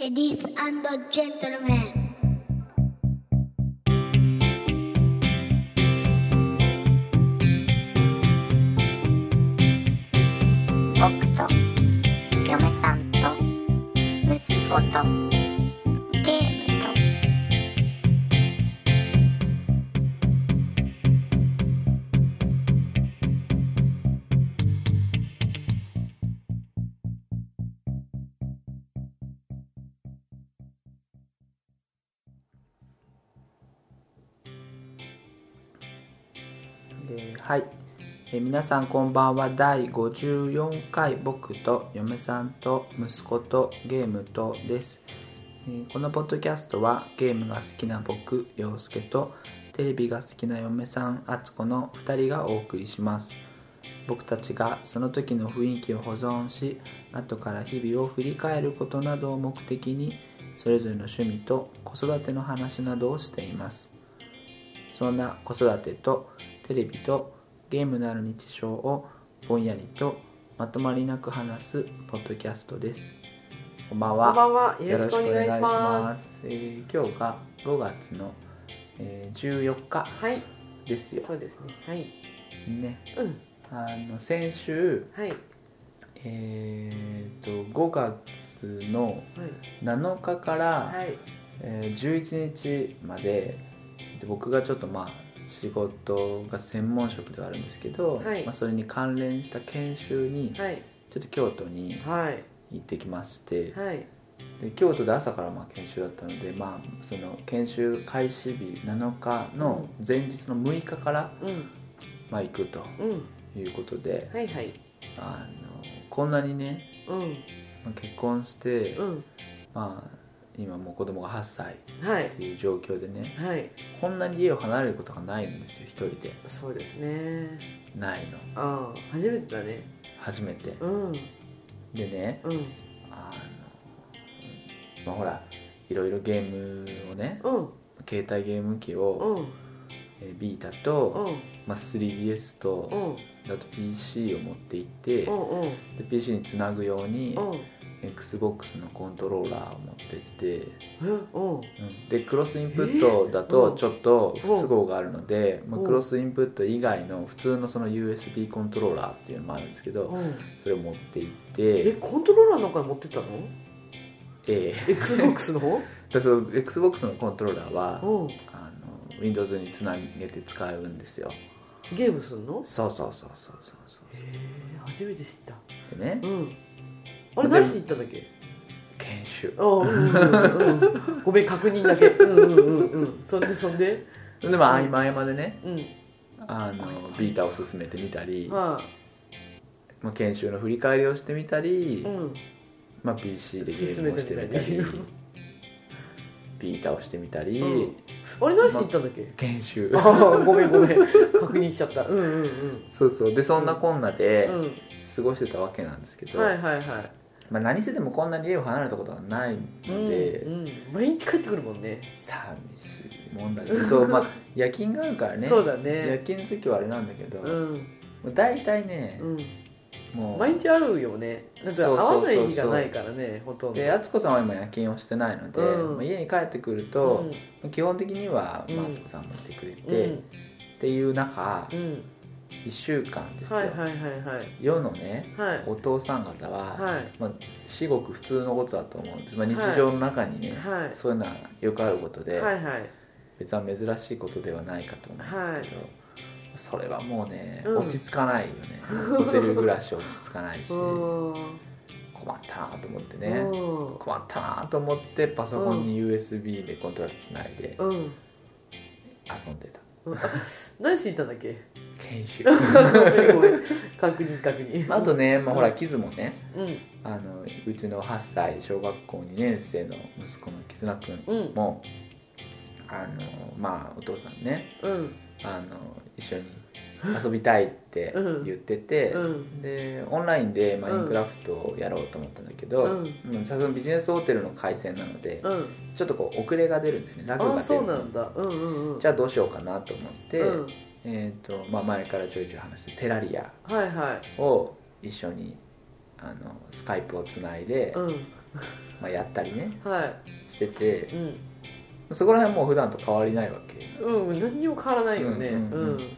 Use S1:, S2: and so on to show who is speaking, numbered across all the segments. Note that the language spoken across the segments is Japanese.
S1: Ladies and gentlemen.
S2: 僕と嫁さんと息子とゲームと
S3: ではい、えー皆さんこんばんは第54回僕と嫁さんと息子とゲームとです、えーこのポッドキャストはゲームが好きな僕陽介とテレビが好きな嫁さん敦子の2人がお送りします僕たちがその時の雰囲気を保存し後から日々を振り返ることなどを目的にそれぞれの趣味と子育ての話などをしていますそんな子育てとテレビとゲームのある日常をぼんやりとまとまりなく話すポッドキャストです。こんばんは。
S4: こんばんは。よろしくお願いします。
S3: す。えー今日が5月の、えー14日
S4: はい、
S3: ですよ。
S4: そうですね。はい。
S3: ね、
S4: うん、
S3: あの先週
S4: はい、はい、
S3: えー、と5月の7日から、
S4: はい、
S3: えー11日までで僕がちょっとまあ仕事が専門職ではあるんですけど、
S4: はい
S3: まあ、それに関連した研修に
S4: はい、
S3: ちょっと京都に
S4: はい、
S3: 行ってきまして、
S4: はい、
S3: で京都で朝からまあ研修だったので、まあ、その研修開始日7日の前日の6日から
S4: うん、
S3: まあ行くと
S4: うん、
S3: いうことで
S4: はい、はい、
S3: あのこんなにね、
S4: うん、
S3: まあ、結婚して、
S4: うん、
S3: まあ、今もう子供が8歳
S4: はい
S3: っ、ていう状況でね
S4: はい、
S3: こんなに家を離れることがないんですよ一人で
S4: そうですね。
S3: ないの
S4: ああ、初めてだね。
S3: 初めて
S4: うん、
S3: でね
S4: うん、
S3: あの、まあ、ほらいろいろゲームをね
S4: うん、
S3: 携帯ゲーム機
S4: う
S3: を、
S4: ん、
S3: えービータ
S4: うん、
S3: と、
S4: うん、
S3: まあ、3DS と、
S4: うん、
S3: あと PC を持って行って、
S4: うん、うん、
S3: で PC につなぐように
S4: うん、
S3: XBOX のコントローラーを持ってって、
S4: うん、
S3: でクロスインプットだと
S4: え
S3: ちょっと不都合があるので、まあ
S4: うん
S3: クロスインプット以外の普通のその USB コントローラーっていうのもあるんですけど
S4: うん。
S3: それを持っていっ
S4: え、
S3: て、
S4: コントローラーなんか持ってったの
S3: ええ
S4: ?Xbox の方
S3: だからその XBOX のコントローラーは
S4: うん。
S3: あの Windows につなげて使うんですよ
S4: ゲームすんの
S3: そうそうそうそうそうそ
S4: へえ、初めて知った。
S3: うでね
S4: うん。あれ、何しに行ったんだっけ
S3: 研修
S4: あうんうんうんうん、ごめん確認だけうんうんうんうんそんでそんで
S3: でまあ合間合間でね
S4: うん
S3: あのビータを進めてみたり、
S4: は
S3: まあ、研修の振り返りをしてみたり、
S4: いうん
S3: まあ、PC でゲームをしてみた
S4: 進
S3: り
S4: めてみたり
S3: ビータをしてみたり、
S4: うんあれ何しに行ったんだっけ、
S3: 研修
S4: ああごめんごめん確認しちゃったうんうんうん
S3: そうそうでそんなこんなで
S4: う
S3: 過ごしてたわけなんですけ
S4: ん
S3: ど、
S4: はいはいはい
S3: まあ、何せでもこんなに家を離れたことがないので、
S4: うんうん、毎日帰ってくるもんね
S3: 寂しいもんだけどそうまあ夜勤があるからね
S4: そうだ
S3: 夜
S4: ね
S3: 勤の時はあれなんだけど、
S4: う
S3: も
S4: ん
S3: う大体ね
S4: う、ん
S3: もう
S4: 毎日会うよねだって会
S3: そうそうそうそ
S4: わ
S3: う
S4: ない日がないからねほとんど
S3: で敦子さんは今夜勤をしてないので、
S4: うん
S3: まあ家に帰ってくる
S4: う
S3: と
S4: ん、
S3: 基本的には、まあ
S4: うん
S3: 敦子さんも来てくれて、
S4: うん
S3: っていう中
S4: うん
S3: 1週間ですよ、
S4: はいはいはいはい
S3: 世のね
S4: はい
S3: お父さん方は、
S4: はい
S3: まあ、至極普通のことだと思うんです、まあ、日常の中にね、
S4: はい
S3: そういうのはよくあることで、
S4: はいはい
S3: 別は珍しいことではないかと思うんですけど、それはもうね、
S4: うん
S3: 落ち着かないよ ねホテル暮らし落ち着かないし
S4: う
S3: 困っ
S4: ん
S3: たなと思ってね、
S4: うん
S3: 困ったなと思ってパソコンに USB でコントローラーつないで
S4: うん
S3: 遊んでた
S4: 何しに行ったんだ っけ
S3: 研 修
S4: ごめん確認確認
S3: あとね、まあ、ほ
S4: う
S3: ら
S4: ん
S3: キズもね
S4: うん
S3: あのうちの8歳小学校2年生の息子のキズナ君
S4: うん
S3: も、あのまあお父さんね
S4: うん
S3: あの一緒に遊びたいって言ってて、
S4: うん
S3: でオンラインでマインクラフトをやろうと思ったんだけど、
S4: うん
S3: うんさすがにビジネスホテルの回線なので、
S4: うん
S3: ちょっとこう遅れが出るんだよねラグ
S4: あ
S3: が
S4: あ
S3: 出
S4: そ
S3: る
S4: うな
S3: の
S4: んだうんうんうん
S3: じ
S4: ゃ
S3: ゃあどうしようかなと思って、
S4: うん
S3: えーとまあ、前からちょいちょい話してテラリア
S4: はいはい
S3: を一緒にあのスカイプをつないで
S4: うん
S3: まあ、やったりね
S4: は
S3: して
S4: い
S3: て
S4: うん
S3: そこら辺もう普段と変わりないわけ
S4: うん何にも変わらないよねう
S3: うん
S4: ん
S3: うんうん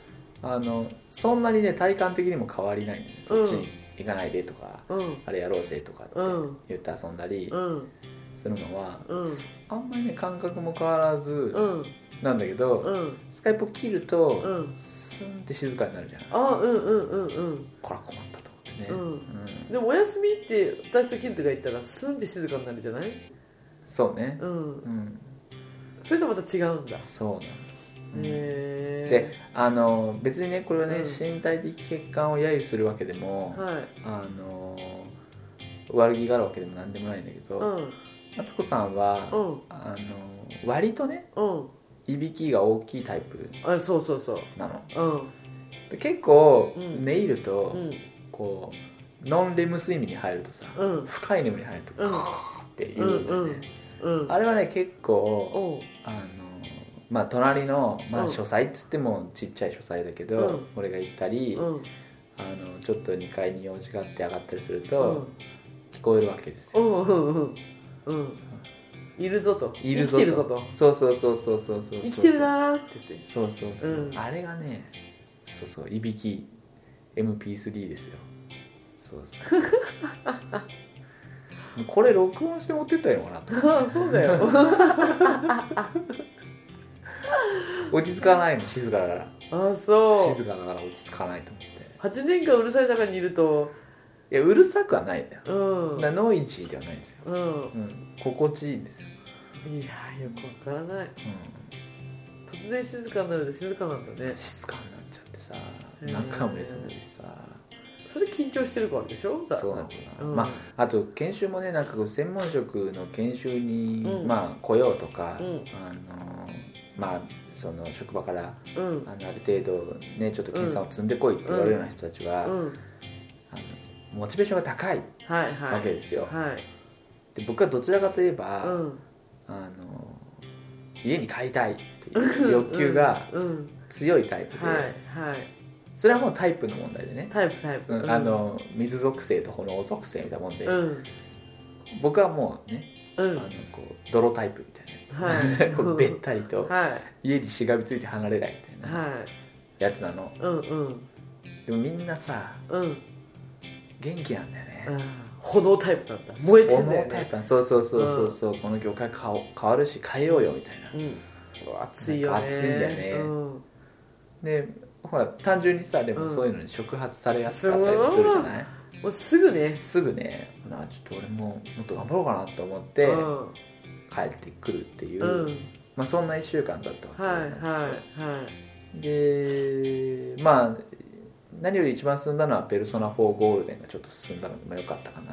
S3: あのそんなにね体感的にも変わりないのよそっちに行かないでとか、
S4: うん
S3: あれやろうぜとかって
S4: うん
S3: 言って遊んだり
S4: うん
S3: するのは
S4: うん
S3: あんまりね感覚も変わらず
S4: うん
S3: なんだけど、
S4: うん
S3: スカイプを切る
S4: う
S3: と、
S4: ん
S3: スンって静かになるじゃん
S4: あうんうんうんうん
S3: こら困ったと思ってね、
S4: うん
S3: うん
S4: でもお休みって私とキッズが言ったらスンって静かになるじゃない
S3: そうね
S4: うん
S3: うん
S4: それとまた違うんだへ
S3: そうなんだ、うんで
S4: え
S3: あの別にねこれはね、
S4: うん
S3: 身体的欠陥を揶揄するわけでも、
S4: はい
S3: あの悪気があるわけでも何でもないんだけ
S4: う
S3: ど
S4: ん
S3: マツコさんは、
S4: うん
S3: あの割とね
S4: うん
S3: いびきが大きいタイプ
S4: あそうそうそう
S3: なの
S4: うん
S3: で結構、
S4: うん
S3: 寝入ると、
S4: うん
S3: こうノンレム睡眠に入るとさ、
S4: うん
S3: 深い眠りに入ると、
S4: うん
S3: カーって言うんだよね、
S4: うん
S3: あれはね結構
S4: おう
S3: あのまあ隣の、ま
S4: う
S3: あ、
S4: ん
S3: 書斎っつってもちっちゃい書斎だけど、
S4: うん
S3: 俺が行ったり、
S4: うん
S3: あのちょっと2階に用事があって上がったりする
S4: う
S3: と、
S4: ん
S3: 聞こえるわけです
S4: う
S3: よ、
S4: んうんうんうんいるぞと
S3: いるぞ
S4: 生きてるぞと
S3: そうそうそうそうそうそう
S4: 生きてるなーって言って
S3: そうそうそう、
S4: うん
S3: あれがねそうそういびき MP3 ですよそうそう もうこれ録音して持ってったらいいのかなと
S4: ああそうだよ
S3: 落ち着かないの静かだから
S4: ああそう
S3: 静かだから落ち着かないと思って
S4: 8年間うるさい中にいると
S3: いやうるさくはないんだよ
S4: うん
S3: だからノイジーではないんですよ、
S4: うん
S3: うん、心地いいんですよ、
S4: いやーよくわからない
S3: うん、
S4: 突然静かになると静かなんだね
S3: 静かになっちゃってさ
S4: へー
S3: 中も休んでるしさ
S4: それ緊張してるからでしょだ
S3: そうなんだよな、
S4: うん
S3: まああと研修もねなんかこう専門職の研修に、
S4: うん
S3: まあ来ようとか、
S4: うん
S3: あのまあその職場から
S4: うん
S3: あのある程度ねちょっと研鑽を積んでこいって言われるような人たちは、
S4: うん
S3: あのモチベーションが高い
S4: はいはい
S3: わけですよ、
S4: はい
S3: で僕はどちらかといえば、
S4: うん
S3: あの家に帰りたいっていう欲求が
S4: うんうん
S3: 強いタイプで、
S4: はいはい
S3: それはもうタイプの問題でね、
S4: タイプタイプ
S3: うんあの水属性と炎属性みたいなもんで、
S4: うん
S3: 僕はもうね
S4: う
S3: あ
S4: ん
S3: のこう泥タイプみたいな
S4: はい
S3: こうべったりと
S4: は
S3: 家にしがみついて離れないみ
S4: い
S3: たいな
S4: は
S3: やつなの
S4: いうんうん
S3: でもみんなさ
S4: うん
S3: 元気なんだよね
S4: あー炎タイプなんだ燃えてんだよ
S3: このタイ
S4: ね
S3: プなのそうそうそうそうそう、この業界変わ変わるし変えようよみたいな
S4: うんうわ熱いよね
S3: 熱いんだよね
S4: うん
S3: でほら単純にさでもそういうのに触発されやすかったりもするじゃない、
S4: もうすぐね
S3: すぐねなあちょっと俺ももっと頑張ろうかなと思って
S4: うん
S3: 帰ってくるっていう、
S4: うん
S3: まあ、そんな1週間だったわ
S4: は
S3: け
S4: い
S3: なんですよ、
S4: はいはい
S3: でまあ何より一番進んだのは「ペルソナ4ゴールデン」がちょっと進んだのも良かったかな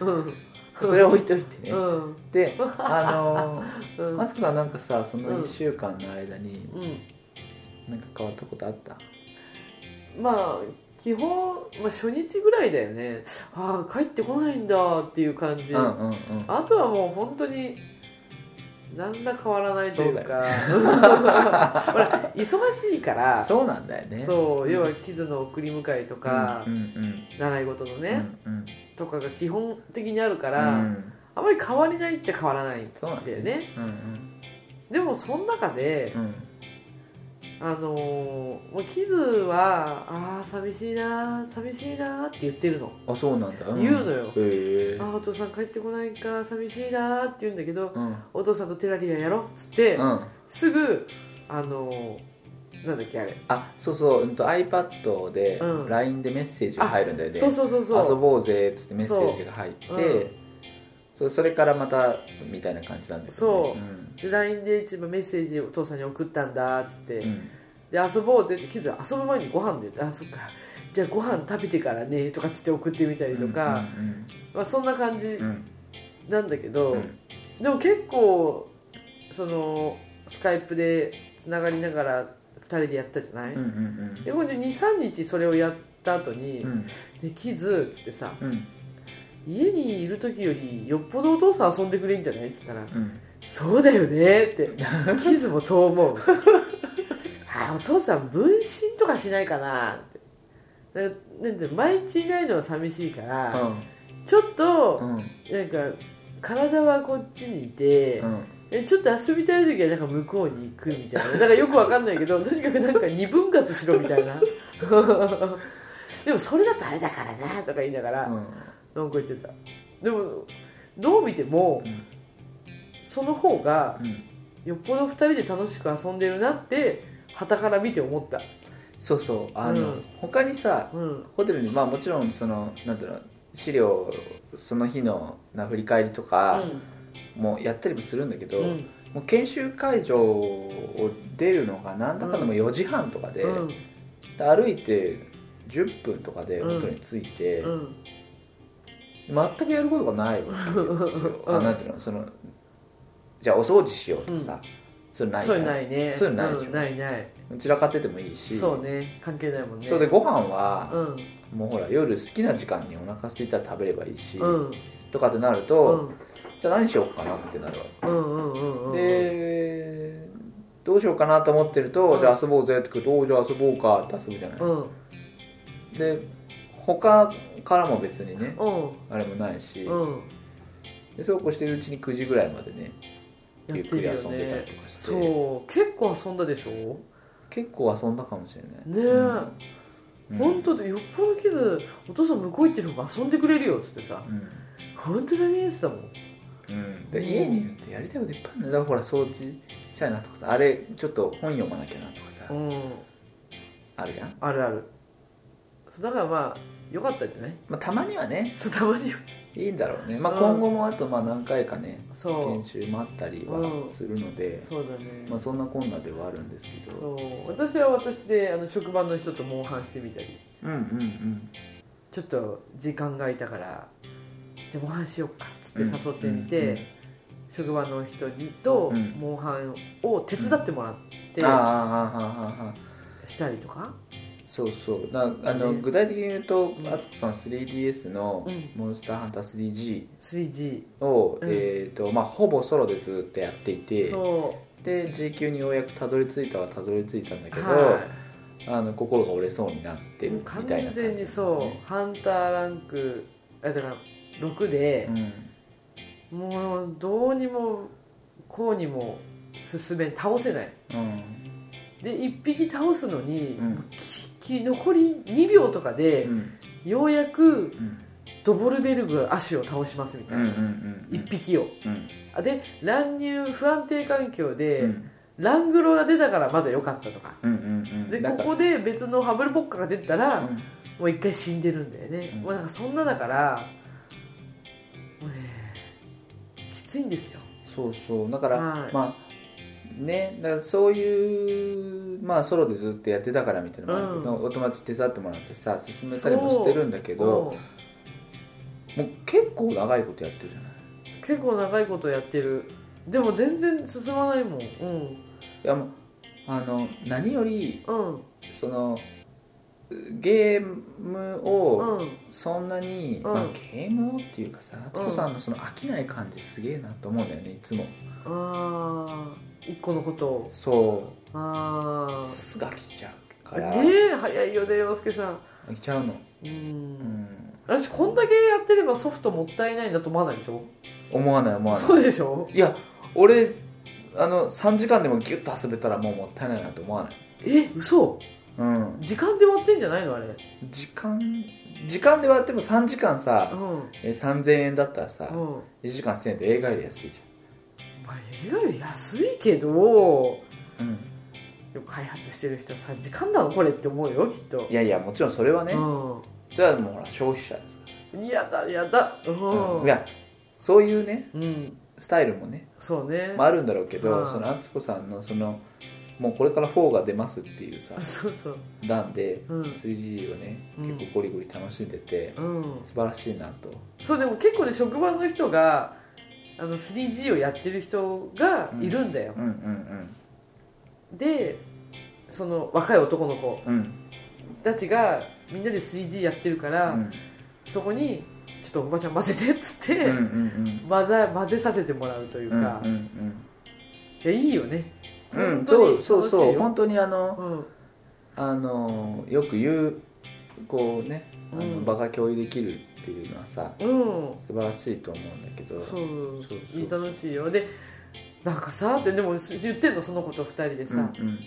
S3: と思
S4: うん
S3: うそれは置いといてね、
S4: うん
S3: であの
S4: う
S3: ー
S4: ん
S3: マスクさんなんかさその
S4: うん
S3: 1週間の間に
S4: うん
S3: なんか変わったことあった、
S4: まあ基本、まあ、初日ぐらいだよねああ帰ってこないんだっていう感じ、
S3: うんうんうん
S4: あとはもう本当に何ら変わらないというか ほら忙しい から
S3: そうなんだよね
S4: そう
S3: う
S4: 要はキズの送り迎えと
S3: うん
S4: か、
S3: うんうん
S4: 習い事の
S3: う
S4: ね、
S3: んうん
S4: とかが基本的にあるか
S3: う
S4: ら、
S3: ん
S4: あまり変わりないっちゃ変わらないん
S3: そうなん
S4: だ
S3: だ
S4: よ
S3: よ
S4: ね
S3: うんうん
S4: でもその中で、
S3: うん
S4: あのーもうキズはああ寂しいなー寂しいなーって言ってるの
S3: あそうなんだ、ん
S4: 言うのよ
S3: へえ
S4: あーお父さん帰ってこないか寂しいなーって言うんだけど
S3: うん
S4: お父さんとテラリアやろっつって、
S3: うん
S4: すぐあのーなんだっけあれ
S3: あそうそう、うん、と iPad で
S4: うん
S3: LINE でメッセージが入るんだよね、
S4: そうそうそう
S3: 遊
S4: そ
S3: ぼうぜっつってメッセージが入って
S4: そ
S3: そう
S4: うん
S3: それからまたみたいな感じなんだけど、
S4: そう
S3: うん
S4: う LINE で一番メッセージをお父さんに送ったんだっつって、
S3: うん
S4: で遊ぼうって言ってキズは遊ぶ前にご飯であそっかじゃあご飯食べてからねとかっつって送ってみたりとか、
S3: うん
S4: まあ、そんな感じ
S3: うんうん
S4: なんだけ
S3: う
S4: ど、
S3: ん
S4: でも結構そのスカイプでつながりながら2人でやったじゃない、
S3: うんうん
S4: でこれ23日それをやった後に、
S3: うん
S4: できずっつってさ
S3: うん
S4: 家にいる時よりよっぽどお父さん遊んでくれんじゃないっつったら
S3: うん
S4: 「そうだよね」って「キズもそう思う」あ「お父さん分身とかしないかな」ってだからなんで毎日いないのは寂しいから、ちょっと
S3: うん
S4: なんか体はこっちにいて、
S3: うん
S4: えちょっと遊びたい時はなんか向こうに行くみたいななんかよくわかんな いけどとにかくなんか二分割しろみたいな でもそれだとあれだからなとか言いながら、
S3: うん
S4: なんか言ってたでもどう見ても、
S3: うん
S4: その方が
S3: うん
S4: よっぽど2人で楽しく遊んでるなって傍から見て思った
S3: そうそうあの、
S4: うん
S3: 他にさ
S4: うん
S3: ホテルにまあもちろんそのなんだろう資料その日のな振り返りと
S4: う
S3: か
S4: ん
S3: もやったりもするんだけど、
S4: うん
S3: もう研修会場を出るのがなんだかんだもう4時半とかで,、
S4: うん
S3: で歩いて10分とかで
S4: うん
S3: ホテルに着いて、
S4: うん
S3: 全くやることがないわけですよ、
S4: うん
S3: あなんていうのそのじゃあお掃除しようとかさ、それないじ
S4: そ
S3: ゃ
S4: うんないね
S3: そういうのないでしょ
S4: うんないない
S3: 散らかっててもいいし
S4: そうね関係ないもんね
S3: そうでご飯は、
S4: うん
S3: もうほら夜好きな時間にお腹空いたら食べればいいし、
S4: うん
S3: とかってなる
S4: う
S3: と、
S4: ん
S3: じゃあ何しようかなってなるわ
S4: うんうんうんうん
S3: け、でどうしようかなと思ってると、
S4: うん
S3: じゃあ遊ぼうぜって来るとおーじゃあ遊ぼうかって遊ぶじゃない、
S4: うん
S3: で他からも別にね
S4: うん
S3: あれもないし、
S4: うん
S3: でそうこうしてるうちに9時ぐらいまでね
S4: や
S3: ゆ
S4: っ
S3: っくり
S4: てる
S3: 遊
S4: よ
S3: んでたり
S4: ね
S3: とかして、
S4: そう結構遊んだでしょ
S3: 結構遊んだかもしれない
S4: ねえ
S3: うん
S4: 本当でよっぽどキズお父さん向こう行ってる方が遊んでくれるよっつってさ
S3: うん、
S4: 本当だねっつってたもん
S3: うんで家にいるってやりたいこといっぱいあるんだよだからほら掃除したいなとかさあれちょっと本読まなきゃなとかさ、
S4: うん
S3: あるじゃん、
S4: あるあるそうだからまあよかったんじゃない
S3: まあ、たまにはね
S4: そうたまにはい
S3: いんだろうね、まあ、
S4: うん
S3: 今後もあとまあ何回かね
S4: そ
S3: 研修もあったりはするので
S4: う、そうだね、
S3: まあ、そんなこんなではあるんですけど
S4: そう私は私であの職場の人とモンハンしてみたり
S3: うんうんうん
S4: ちょっと時間が空いたからじゃあモンハンしようかっつって誘ってみて、
S3: うんうんうん
S4: 職場の人にと
S3: うん
S4: モンハンを手伝ってもらって
S3: ああああああああ
S4: したりとか、
S3: そうそうなあの、
S4: ね
S3: 具体的に言うと
S4: うん
S3: あつこさん 3DS の
S4: うん
S3: 「モンスターハンター
S4: 3G
S3: 3G を」
S4: うん
S3: えーとまあ、ほぼソロでずっとやっていて
S4: そ
S3: で G 級にようやくたどり着いたはたどり着いたんだ
S4: う
S3: けど、
S4: は
S3: あの心が折れそうになって
S4: い
S3: る
S4: も
S3: み
S4: う
S3: た
S4: 完
S3: いな感じ、
S4: 全にそう、ハンターランクあだから6で
S3: う、ん、
S4: もうどうにもこうにも進め倒せない
S3: うん
S4: で1匹倒すのに、
S3: うん
S4: きき残り2秒とかで
S3: う、ん
S4: ようやく
S3: うん
S4: ドボルベルグ亜種を倒しますみた
S3: う
S4: い
S3: んうん
S4: な、
S3: うん
S4: 1匹を
S3: うん
S4: あで乱入不安定環境で、
S3: うん
S4: ラングロが出たからまだ良かったとか
S3: うんうんうん
S4: で
S3: な
S4: こ
S3: んか
S4: こで別のハブルポッカが出た
S3: う
S4: ら、
S3: ん
S4: もう一回死んでるんだよね、
S3: うん
S4: もうなんかそんなだからもうねきついんですよ
S3: そうそうだから、
S4: はい
S3: まあねだからそういうまあソロでずっとやってたからみたいなのもあるけど、お友達手伝ってもらってさ進めたりもしてるんだけど
S4: うん
S3: もう結構長いことやってるじゃない
S4: 結構長いことやってるでも全然進まないもんうん
S3: いやもうあの何より
S4: うん
S3: そのゲームを、
S4: うん
S3: そんなに、
S4: うん
S3: まあ、ゲームをっていうかさ敦子さんのその飽きない感じすげえなと思うんだよねいつも
S4: ああ一個のことを
S3: そ
S4: あ
S3: うすぐ飽きちゃうか
S4: あ
S3: ら
S4: ねえ早いよね洋介さん
S3: 飽きちゃうの
S4: うん、
S3: うん
S4: 私こんだけやってればソフトもったいないなと思わないでしょ
S3: 思わない思わな
S4: そうでしょ
S3: いいや俺あの3時間でもギュッと遊べたらもうもったいないなと思わない
S4: え嘘
S3: うん
S4: 時間で割ってんじゃないのあれう
S3: 時間時間で割っても3時間さ、
S4: ん
S3: え3000円だったらさ、
S4: うん
S3: 1時間1000円で映画より安いじ
S4: まあ映画より安いけど
S3: ゃん、
S4: でも開発してる人はさ時間なのこれって思うよきっと
S3: いやいやもちろんそれはね、
S4: う
S3: じゃあもうほら消費者ですか
S4: んやだやだう
S3: ら、
S4: ん、
S3: いやそういうね
S4: うん
S3: スタイルもね
S4: そうね、
S3: まあ、あるんだろうけど、
S4: うん
S3: その敦子さんのそのもうこれから4が出ますっていうさ
S4: そうそう
S3: 段で
S4: うん
S3: 3G をね
S4: うん
S3: 結構ゴリゴリ楽しんでて、
S4: うん
S3: 素晴らしいなと
S4: そうでも結構ね職場の人があの 3G をやってる人がいるんだよ
S3: う、んうん
S4: でその若い男の子
S3: うんうん
S4: たちがみんなで 3G やってるか
S3: う
S4: ら、
S3: ん
S4: そこに「ちょっとおばちゃん混ぜて」っつって、
S3: うんうん
S4: 混ざ混ぜさせてもらうという
S3: うんうん
S4: か、いやいいよね
S3: うんうん
S4: 本
S3: そ
S4: 当
S3: う
S4: に
S3: そうそう
S4: 楽
S3: 本当にあの
S4: しいようん
S3: あのよく言うこうねあの
S4: うん
S3: 場が共有できるっていうのはさ
S4: うん
S3: 素晴らしいと思うんだけど
S4: そ
S3: そ
S4: う
S3: うそう
S4: いい楽しいよでなんかさってでも言ってんのその子と2人でさ、
S3: うんうん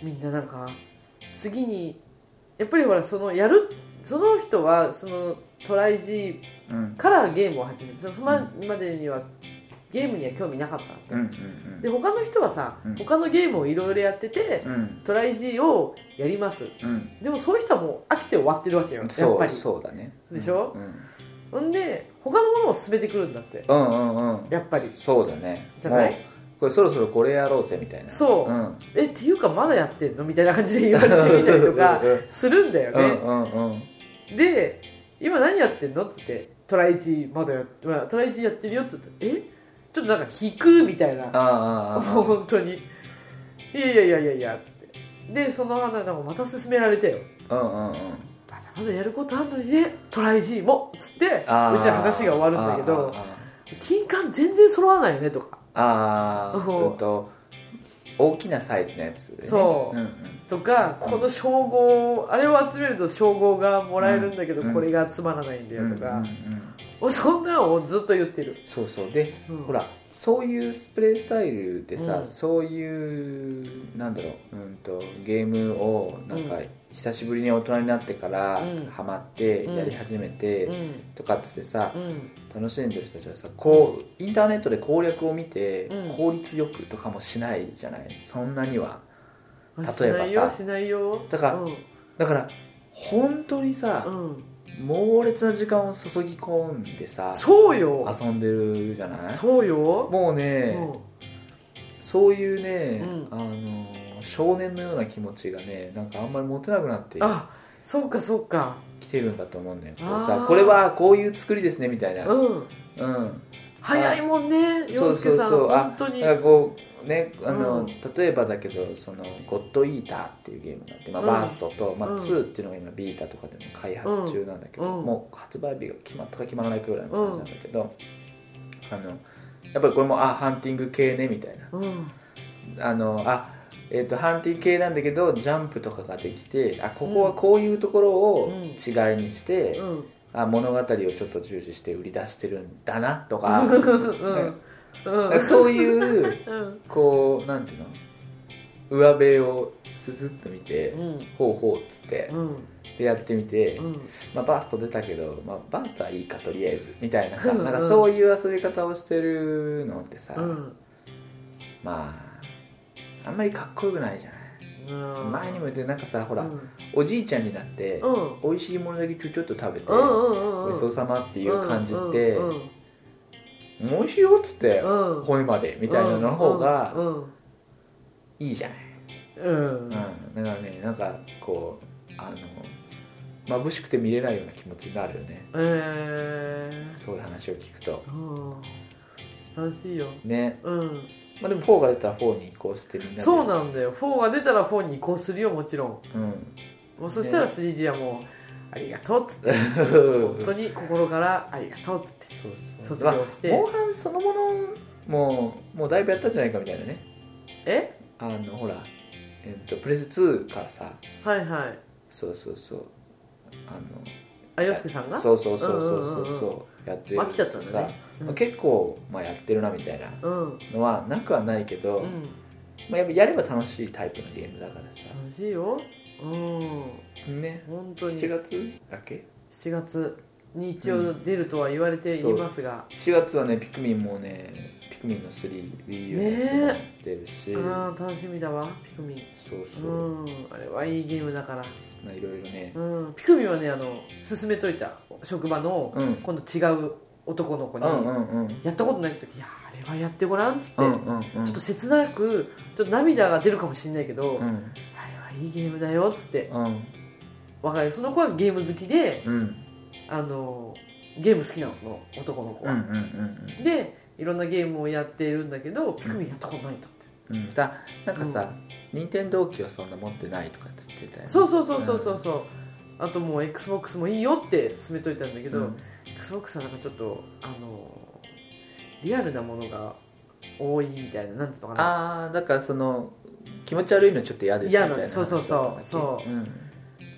S4: みんななんか次にやっぱりほらそのやるその人はそのトライ G
S3: うん
S4: からゲームを始めてそのそままでにはゲームには興味なかったって、
S3: うんうん
S4: で他の人はさ、
S3: うん
S4: 他のゲームをいろいろやってて、
S3: うん
S4: トライ G をやります
S3: うん
S4: でもそういう人はもう飽きて終わってるわけよ
S3: うん
S4: やっ
S3: そ
S4: ぱ
S3: う
S4: り
S3: そうだね
S4: でしょ
S3: うん
S4: ほんで他のものを進めてくるんだって
S3: うんうんうん
S4: やっぱり
S3: そうだね
S4: じゃない
S3: もうこれそろそろこれやろうぜみたいな
S4: そ
S3: う
S4: う
S3: ん
S4: えっていうかまだやってんのみたいな感じで言われてみたり とかするんだよ
S3: うん
S4: ね、
S3: うんうん
S4: で今何やってんのっつってトライチまだやまあトライチやってるよっつってえちょっとなんか引くみたいな
S3: ああああ
S4: もう本当にいやいやいやいやいやってでその花なんかまた勧められてよ
S3: うんうんうん
S4: まだまだやることあんのにねトライ G もっつってうち
S3: あー
S4: は話が終わるんだけど
S3: あー
S4: 金管全然揃わないよねとか
S3: あーあー
S4: そう
S3: うんと大きなサイズのやつね
S4: そう
S3: うん
S4: とかこの称号あれを集めると称号がもらえるんだけど
S3: うん
S4: これがつまらないんだ
S3: うんうん
S4: よ
S3: う
S4: と
S3: ん
S4: かもうそんなのをずっと言ってる
S3: そうそうで
S4: うん
S3: ほらそういうプレイスタイルでさ、
S4: うん
S3: そういうなんだろう、うん、とゲームをなんか
S4: う
S3: 久しぶりに大人になってから
S4: うん
S3: ハマって
S4: うん
S3: やり始めて、
S4: うん
S3: とかっつってさ
S4: うん
S3: 楽しんでる人たちはさこうインターネットで攻略を見て
S4: うん
S3: 効率よくとかもしないじゃないそんなには
S4: まあ
S3: 例えばさ
S4: しないよしないよ
S3: だから
S4: うん
S3: だから本当に
S4: う
S3: さ
S4: ん
S3: 猛烈な時間を注ぎ込んでさ
S4: そうよ
S3: 遊んでるじゃない
S4: そうよ、
S3: もうね、そういうね、
S4: う
S3: あの少年のような気持ちがねなんかあんまり持てなくなって
S4: うん、あそうかそうか
S3: きてるんだと思うんだよこれ
S4: あ
S3: さ
S4: ー
S3: これはこういう作りですねみたいな、うん
S4: うん早いもんね
S3: そ
S4: 洋
S3: うそ
S4: 介
S3: う
S4: さん
S3: そうあ
S4: 本当に
S3: なんかこうねあの、
S4: うん
S3: 例えばだけど「そのゴッドイーター」っていうゲームがあって、まあ、
S4: うん
S3: バーストと、ま
S4: う
S3: あ、
S4: ん
S3: 2っていうのが今ビータとかでも開発中なんだけど、
S4: うん
S3: もう発売日が決まったか決まらないかぐらいの感じなんだけど、あのやっぱりこれもあハンティング系ねみたいな
S4: うん
S3: あのあえっとハンティ系なんだけどジャンプとかができてあここはこういうところを
S4: う
S3: 違
S4: ん
S3: いにして、
S4: うん
S3: あ物語をちょっと重視して売り出してるんだなと か
S4: うんう
S3: なん
S4: ん
S3: かそういう
S4: うん
S3: こうなんていうの上辺をススッと見て、
S4: うん
S3: ほうほうっつって
S4: うん
S3: でやってみて、
S4: うん
S3: まあ、バースト出たけど、まあ、バーストはいいかとりあえずみたいなさ
S4: うん
S3: なんかそういう遊び方をしてるのってさ、
S4: うん
S3: まああんまりかっこよくないじゃない
S4: うん
S3: 前にも言ってなんかさほら、
S4: うん
S3: おじいちゃんになって、
S4: うん
S3: 美味しいものだけちょちょっと食べて、
S4: うんうんうん
S3: ごちそうさまっていう感じって、
S4: うんうん
S3: 美味しいよっつって、
S4: うんうん
S3: 骨までみたいなの方が
S4: うん
S3: いいじゃない、
S4: うんうん
S3: うん、だからねなんかこうあの眩しくて見れないような気持ちになるよね
S4: え
S3: そういう話を聞くと
S4: ーうん楽しいよ
S3: ね、
S4: うん
S3: まあ、でも4が出たら4に移行してみんなで
S4: そうなんだよ4が出たら4に移行するよもちろん
S3: うん
S4: もうそしたら 3G はもう「ありがとう」っつって本当に心から「ありがとう」っつって
S3: そうそう
S4: 卒業して
S3: まあモンハンそのものももうだいぶやったんじゃないかみたいなね
S4: え
S3: あのほら、えっとプレス2からさ
S4: はいはい
S3: そうそうそうあ
S4: あよしきさんが
S3: のそうそうそうそう
S4: うんうん
S3: そううんそうやってる
S4: 飽きちゃったんだね
S3: さ
S4: うん
S3: 結構、まあ、やってるなみたいな
S4: うん
S3: のはなくはないけど、
S4: うん
S3: まあ、やっぱやれば楽しいタイプのゲームだからさ
S4: 楽しいようん
S3: ね
S4: 本当に
S3: 7
S4: 7
S3: 月だっけ
S4: 月に一応出るとは言われていますが
S3: 7月はねピクミンもねピクミンの 3WiiU のやつもやってるし、
S4: あー楽しみだわピクミン
S3: そうそうう、
S4: んあれはいいゲームだから
S3: まあいろいろね
S4: うんピクミンはねあの勧めといた職場の
S3: うんうん
S4: 今度違う男の子に
S3: うんうん
S4: やったことない時「いやあれはやってごらん」っつっ
S3: う
S4: て、
S3: んうんうん
S4: ちょっと切なくちょっと涙が出るかもしれないけど、
S3: う
S4: あ
S3: ん
S4: れはいいゲームだよっつって
S3: うん
S4: 若いその子はゲーム好きで
S3: うんうん
S4: あのゲーム好きなのその男の子
S3: うんう
S4: は、
S3: ん
S4: でいろんなゲームをやってるんだけどピクミンやったことないんだって、
S3: うんだなんかさ、任天堂機はそんな持ってないとかって言ってたよね
S4: そうそうそうそうそうそうあともう XBOX もいいよって勧めといたんだけ
S3: け
S4: ど、XBOX はなんかちょっとあのリアルなものが多いみたいななんていうのかな
S3: ああだからその気持ち悪いのちょっと嫌ですみたいな
S4: 嫌なそうそうそう
S3: 話だったんだっけ
S4: そう
S3: うん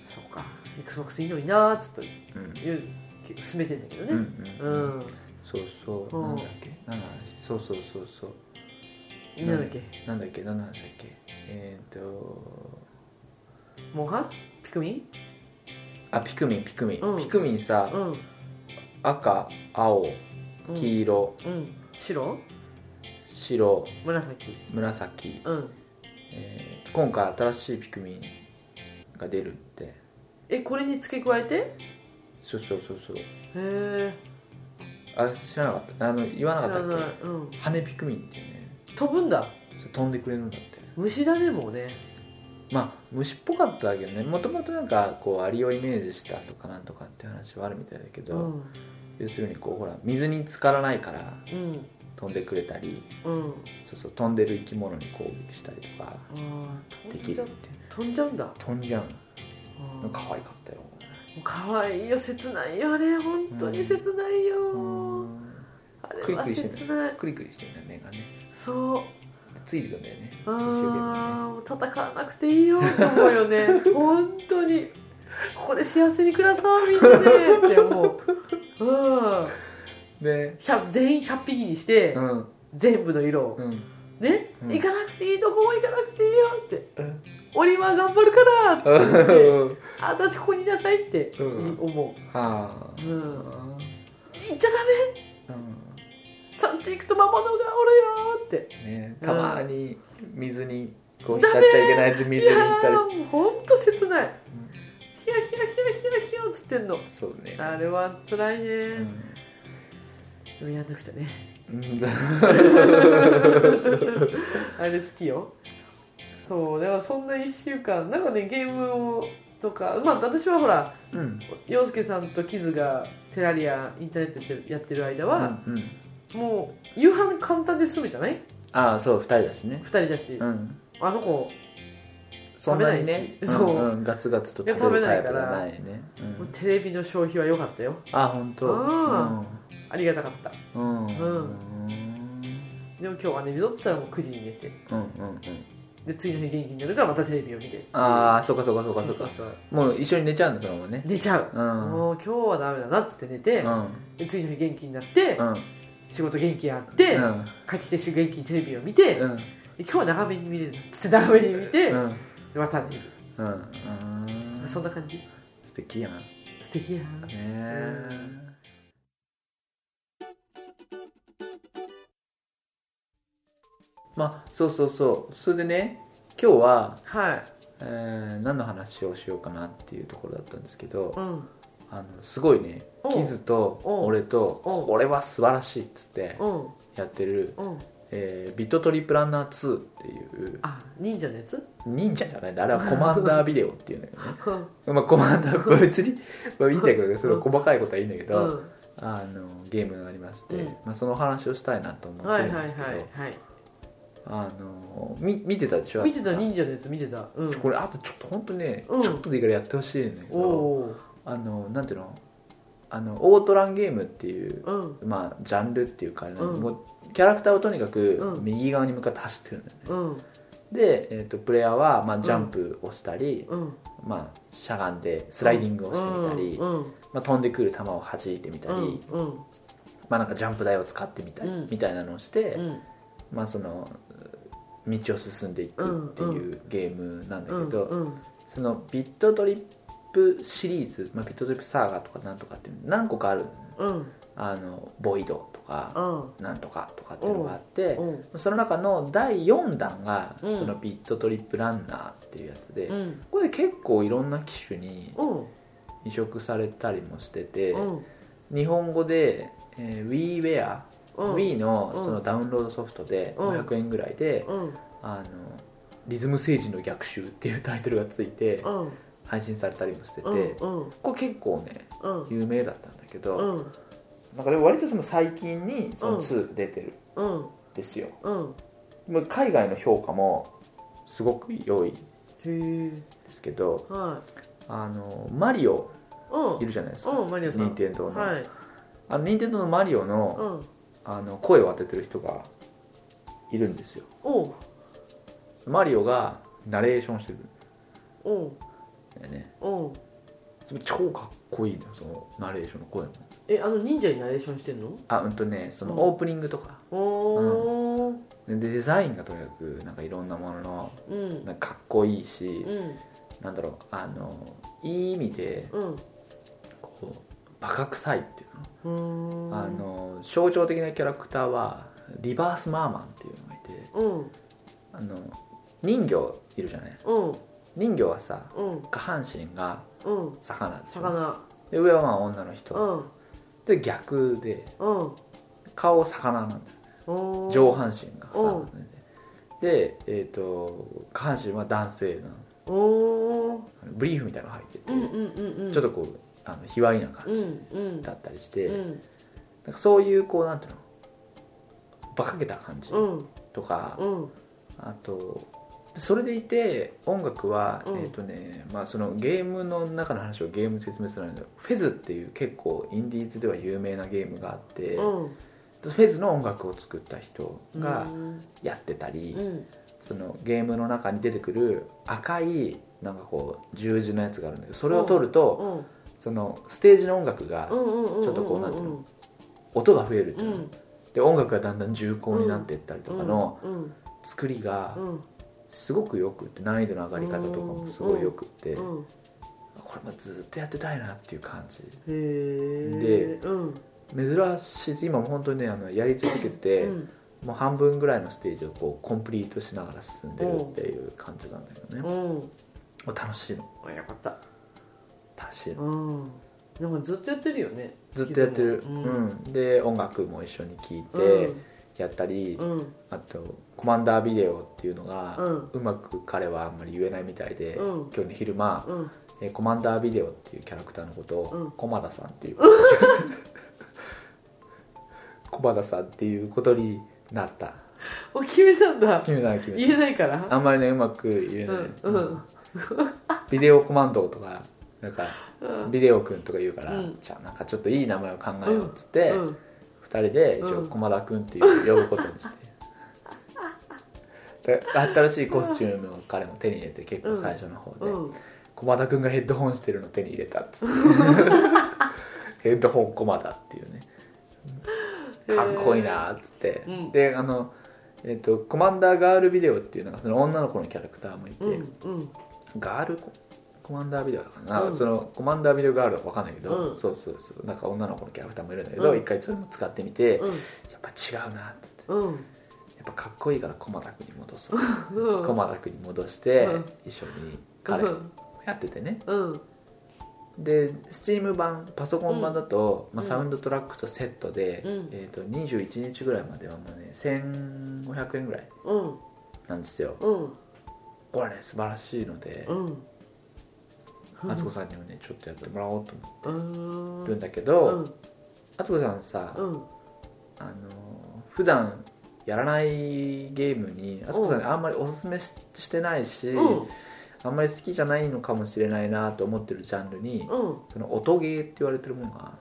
S4: そうか XBOX いいのになーっつって
S3: うん
S4: 言うって進めてんだけど
S3: うん
S4: ね
S3: う、
S4: うん
S3: うん、
S4: ん、
S3: そうそう、
S4: うん
S3: なんだっけ何の話そうそうそうそう
S4: なんだっけ
S3: なんだっけ何の話だっけえっ、ー、と
S4: モンハンピクミン
S3: あピクミンピクミン、
S4: うん
S3: ピクミンさ、
S4: うん
S3: 赤青
S4: うん
S3: 黄色、
S4: うん白
S3: 白
S4: 紫
S3: 紫、
S4: うん
S3: えー今回新しいピクミンが出るって
S4: えこれに付け加えてへ
S3: そうそうそうそう
S4: え
S3: あ知らなかったあの言わなかったっ
S4: 知
S3: け
S4: らないうん、
S3: 羽ピクミンっていうね
S4: 飛ぶんだ
S3: それ飛んでくれるんだって
S4: 虫だねもうね
S3: まあ虫っぽかったけどねもともとなんかこうアリをイメージしたとかなんとかっていう話はあるみたいだけ
S4: う
S3: ど、
S4: ん
S3: 要するにこうほら水に浸からないから
S4: うん
S3: 飛んでくれたり
S4: うん
S3: そうそう飛んでる生き物に攻撃したりとか
S4: あー
S3: で
S4: 飛
S3: き
S4: んじ
S3: る
S4: ゃ
S3: っ
S4: う
S3: て
S4: 飛んじゃうんだ
S3: 飛んじゃう
S4: あ
S3: の
S4: ー
S3: 可愛かったよ
S4: 可愛いよ切ないよあれ本当に切ないよ、
S3: うん
S4: あれは
S3: ク
S4: 切
S3: リクリして
S4: ない
S3: クリクリしてるんだよ目がね
S4: そう
S3: でついてくんだよね一生懸命ね
S4: あーもう戦わなくていいよと思う よね本当にここで幸せに暮らそうみんなでってもう、うん、
S3: で
S4: ひゃ全員100匹にして、
S3: うん
S4: 全部の色を
S3: うん
S4: ね、
S3: うん
S4: 行かなくていいどこも行かなくていいよって
S3: うん
S4: 「俺は頑張るから」って言って
S3: うん
S4: 「あ私ここにいなさい」って
S3: うん
S4: 思
S3: は
S4: う、
S3: あ
S4: うん、行っちゃ
S3: うん
S4: ダメ産地行くと魔物がおるよって
S3: ねたまに水にこう浸っちゃいけないやつ水に行ったりし
S4: いやーもうほんと切ない、ヒヤヒヤヒヤヒヤヒヤっつってんの
S3: そうね
S4: あれは辛いね、
S3: うん
S4: でもやんなくちゃね
S3: うん
S4: あれ好きよそうだからそんな1週間なんかねゲームをとかまあ私はほら
S3: うん
S4: 洋介さんとキズがテラリアインターネットでやってる間は、
S3: うんうん
S4: もう夕飯簡単で済むじゃない
S3: ああそう2人だしね
S4: 2人だし、
S3: うん
S4: あの子
S3: そんなにね
S4: 食べないしそうん
S3: んガツガツと
S4: いや食べないから
S3: 食べるタイプがないね、うん
S4: もうテレビの消費は良かったよ
S3: あ本当
S4: あありがたかった
S3: うんうんうん
S4: う
S3: う
S4: ん
S3: ん
S4: でも今日はねリゾットしたらもう9時に寝て
S3: うんうん
S4: で次の日元気になるからまたテレビを見て
S3: ああそうかそうかそうかそうか
S4: そう
S3: もう一緒に寝ちゃうんだそのままね
S4: 寝ちゃう、
S3: うんうん
S4: もう今日はダメだなっつって寝て、
S3: うん
S4: で次の日元気になって、
S3: うん
S4: 仕事元気やって、
S3: うん
S4: 帰ってきてすぐ元気にテレビを見て、
S3: う
S4: で
S3: ん
S4: 今日は長めに見れるなっつって長めに見て、
S3: うん
S4: でまた寝る、
S3: うん
S4: そんな感じ
S3: 素敵やんね
S4: 素敵やな
S3: えまあそうそうそうそれでね今日は
S4: はい
S3: えー何の話をしようかなっていうところだったんですけど
S4: うん
S3: あのすごいね
S4: おう
S3: キズと
S4: おう
S3: 俺と
S4: おう
S3: これは素晴らしいっつって
S4: うん
S3: やってる、
S4: うん
S3: えービットトリプランナー2っていう
S4: あ忍者のやつ
S3: 忍者じゃないんだあれはコマンダービデオっていうのよね
S4: うん
S3: まあコマンダー は別に、まあ、いいんだけどそれ細かいことはいいんだけ
S4: う
S3: ど、
S4: ん
S3: あのゲームがありまして、
S4: うん
S3: まあ、そのお話をしたいなと思っ
S4: は
S3: て
S4: い
S3: る
S4: はい
S3: ん
S4: はい
S3: ですけど、
S4: はい
S3: あのみ見てたでしょ
S4: 見てた
S3: あとさ
S4: 忍者のやつ見てたうん
S3: これあとちょっと本当ね、
S4: うん
S3: ちょっとでいいからやってほしいんだけ
S4: お
S3: ど
S4: お
S3: あのなんていうのあのオートランゲームっていう、
S4: ーうん
S3: まあ、ジャンルっていうか、ね
S4: うん
S3: もうキャラクターをとにかく
S4: うん
S3: 右側に向かって走ってるんだよね、
S4: うん
S3: で、えー、とプレイヤーは、まあ、ジャンプをしたり、
S4: うん
S3: まあ、しゃがんでスライディングをしてみたり、
S4: うん
S3: まあ、飛んでくる球を弾いてみた
S4: う
S3: り、
S4: んうん
S3: まあ、なんかジャンプ台を使ってみたり、
S4: うん
S3: みたいなのをして、
S4: うん
S3: まあ、その道を進んでいくっていううゲームなんだけど、
S4: うん
S3: そのビットトリップシリーズ、まあ、ビットトリップサーガとかなんとかっていう何個かある
S4: うん
S3: あのボイドと
S4: う
S3: か
S4: ん
S3: なんとかとかっていうのがあって
S4: うん
S3: その中の第4弾が
S4: うん
S3: そのビットトリップランナーっていうやつで、
S4: うん
S3: これ結構いろんな機種に
S4: うん
S3: 移植されたりもしてて、
S4: うん
S3: 日本語で、えー WeWare、
S4: うん
S3: Wii の
S4: うん
S3: そのダウンロードソフトで
S4: うん
S3: 500円ぐらいで、
S4: うん
S3: あのリズム政治の逆襲っていうタイトルがついて
S4: うん
S3: 配信されたりもしてて、
S4: うん
S3: これ結構ね
S4: うん
S3: 有名だったんだけど、
S4: うん
S3: なんかでも割とその最近にその2が出てるん
S4: うん
S3: ですよ、
S4: うん
S3: もう海外の評価もすごく良いで
S4: へえ
S3: すけど
S4: は
S3: あのマリオ
S4: い
S3: いるじゃないです
S4: う
S3: か
S4: んうんマリオさん
S3: 任天堂の、
S4: はい
S3: あの任天堂のマリオ
S4: う
S3: の
S4: ん
S3: あの声を当ててる人がいるんですよ
S4: おうマ
S3: マリオがナレーションしてる
S4: おうん
S3: だよね
S4: おう
S3: それ超かっこいいのそのナレーションの声も
S4: えあの忍者にナレーションしてんの
S3: あうんとねその
S4: うん
S3: オープニングとか、
S4: おー
S3: でデザインがとにかくなんかいろんなものの
S4: うん
S3: なんかかっこいいし、
S4: うん
S3: なんだろうあのいい意味で
S4: うん
S3: こうバカ臭いっていうの
S4: うーん
S3: あの象徴的なキャラクターはリバースマーマンっていうのがいて
S4: うん
S3: あの人魚いるじゃない
S4: うん
S3: 人魚はさ
S4: うん
S3: 下半身が
S4: うん
S3: 魚でしょ
S4: 魚
S3: で上はまあ女の
S4: う
S3: 人、
S4: ん
S3: で逆で
S4: うん
S3: 顔魚なんだよ
S4: おー
S3: 上半身が
S4: う
S3: 魚でで、えー、と下半身は男性なの
S4: おー
S3: あのブリーフみたいなの入ってて、
S4: うんうんうんうん
S3: ちょっとこうあの卑猥な感
S4: うん
S3: じ
S4: うん
S3: だったりして、
S4: うん
S3: なんかそういうこうなんていうの馬鹿げた感じ
S4: うん
S3: とか、
S4: うん
S3: あとそれでいて音楽は、
S4: うん
S3: えっ、とね、まあ、そのゲームの中の話をゲームで説明するのでフェズっていう結構インディーズでは有名なゲームがあって、
S4: うん
S3: フェズの音楽を作った人が
S4: うん
S3: やってたり、
S4: うん
S3: そのゲームの中に出てくる赤いなんかこう十字のやつがあるんだけどそれを取ると、
S4: うん
S3: そのステージの音楽が
S4: うんうんうん
S3: ちょっとこうなんていううんの音が増えるって
S4: う
S3: いうの、
S4: ん
S3: で音楽がだんだん重厚になっていったりとかの
S4: うん
S3: 作りが
S4: うん
S3: すごくよくって難易度の上がり方とかもすごいよくって
S4: う
S3: これ
S4: ん
S3: もずっとやってたいなっていう感じ
S4: へー
S3: で
S4: うん
S3: 珍しいです今も本当にねあのやり続け
S4: う
S3: て
S4: ん
S3: もう半分ぐらいのステージをこうコンプリートしながら進んでるっていう感じなんだけどねも
S4: うん
S3: う楽しいの
S4: あよかった
S3: 楽しいの
S4: うんなんかずっとやってるよね
S3: ずっとやってる
S4: い
S3: う
S4: つも
S3: んで音楽も一緒に聴い
S4: うん
S3: てやったり
S4: うん
S3: あとコマンダービデオっていうのが
S4: うん
S3: うまく彼はあんまり言えないみたいで
S4: うん
S3: 今日の昼間
S4: うん
S3: えーコマンダービデオっていうキャラクターのこと
S4: うん
S3: を駒田さんっていう 駒田さんっていうことになった
S4: お決めたんだ
S3: 決めた決め
S4: 言え
S3: た
S4: ないから
S3: あんまりねうまく言えない、
S4: うんうん
S3: ビデオコマンドとかなんか
S4: うん
S3: ビデオくんとか言うから、
S4: うん
S3: じゃあなんかちょっといい名前を考えようっつって、
S4: うん
S3: 二人で一応
S4: うん
S3: 駒田くんっていう呼ぶことに して、で新しいコスチュームを彼も手に入れて結構最初の方で、
S4: うん
S3: 駒田君がヘッドホンしてるの手に入れたっ つってヘッドホン駒田っていうねかっこいいなーっつって、
S4: うん
S3: であのえっとコマンダーガールビデオっていうのがその女の子のキャラクターもいて、
S4: うんうん
S3: ガールココマンダービデオだからな、
S4: うん
S3: そのコマンダービデオガールは分かんないけど、
S4: うん
S3: そうそうそうなんか女の子のキャラクターもいるんだけど、
S4: うん
S3: 一回それも使ってみて、
S4: うん
S3: やっぱ違うなっつって
S4: う
S3: や
S4: ん
S3: っぱかっこいいから駒田君に戻そう
S4: うん
S3: 駒田君に戻して、
S4: うん
S3: 一緒に彼もやっててね、
S4: うん
S3: で Steam 版パソコン版だと、まあ、
S4: うん
S3: サウンドトラックとセットで、
S4: うん
S3: えー、と21日ぐらいまではもうね1500円ぐらい
S4: うん
S3: なんですよ
S4: うん
S3: これね素晴らしいので
S4: うん
S3: あつこさんにもねちょっとやってもらおうと思っ
S4: うん
S3: てるんだけ
S4: う
S3: ど
S4: ん
S3: あつこさんさ、
S4: う
S3: あ
S4: ん
S3: のー普段やらないゲームにあつこさんにあんまりおすすめししてないし、
S4: うん
S3: あんまり好きじゃないのかもしれないなと思ってるジャンルに、
S4: うん
S3: その音ゲーって言われてるものが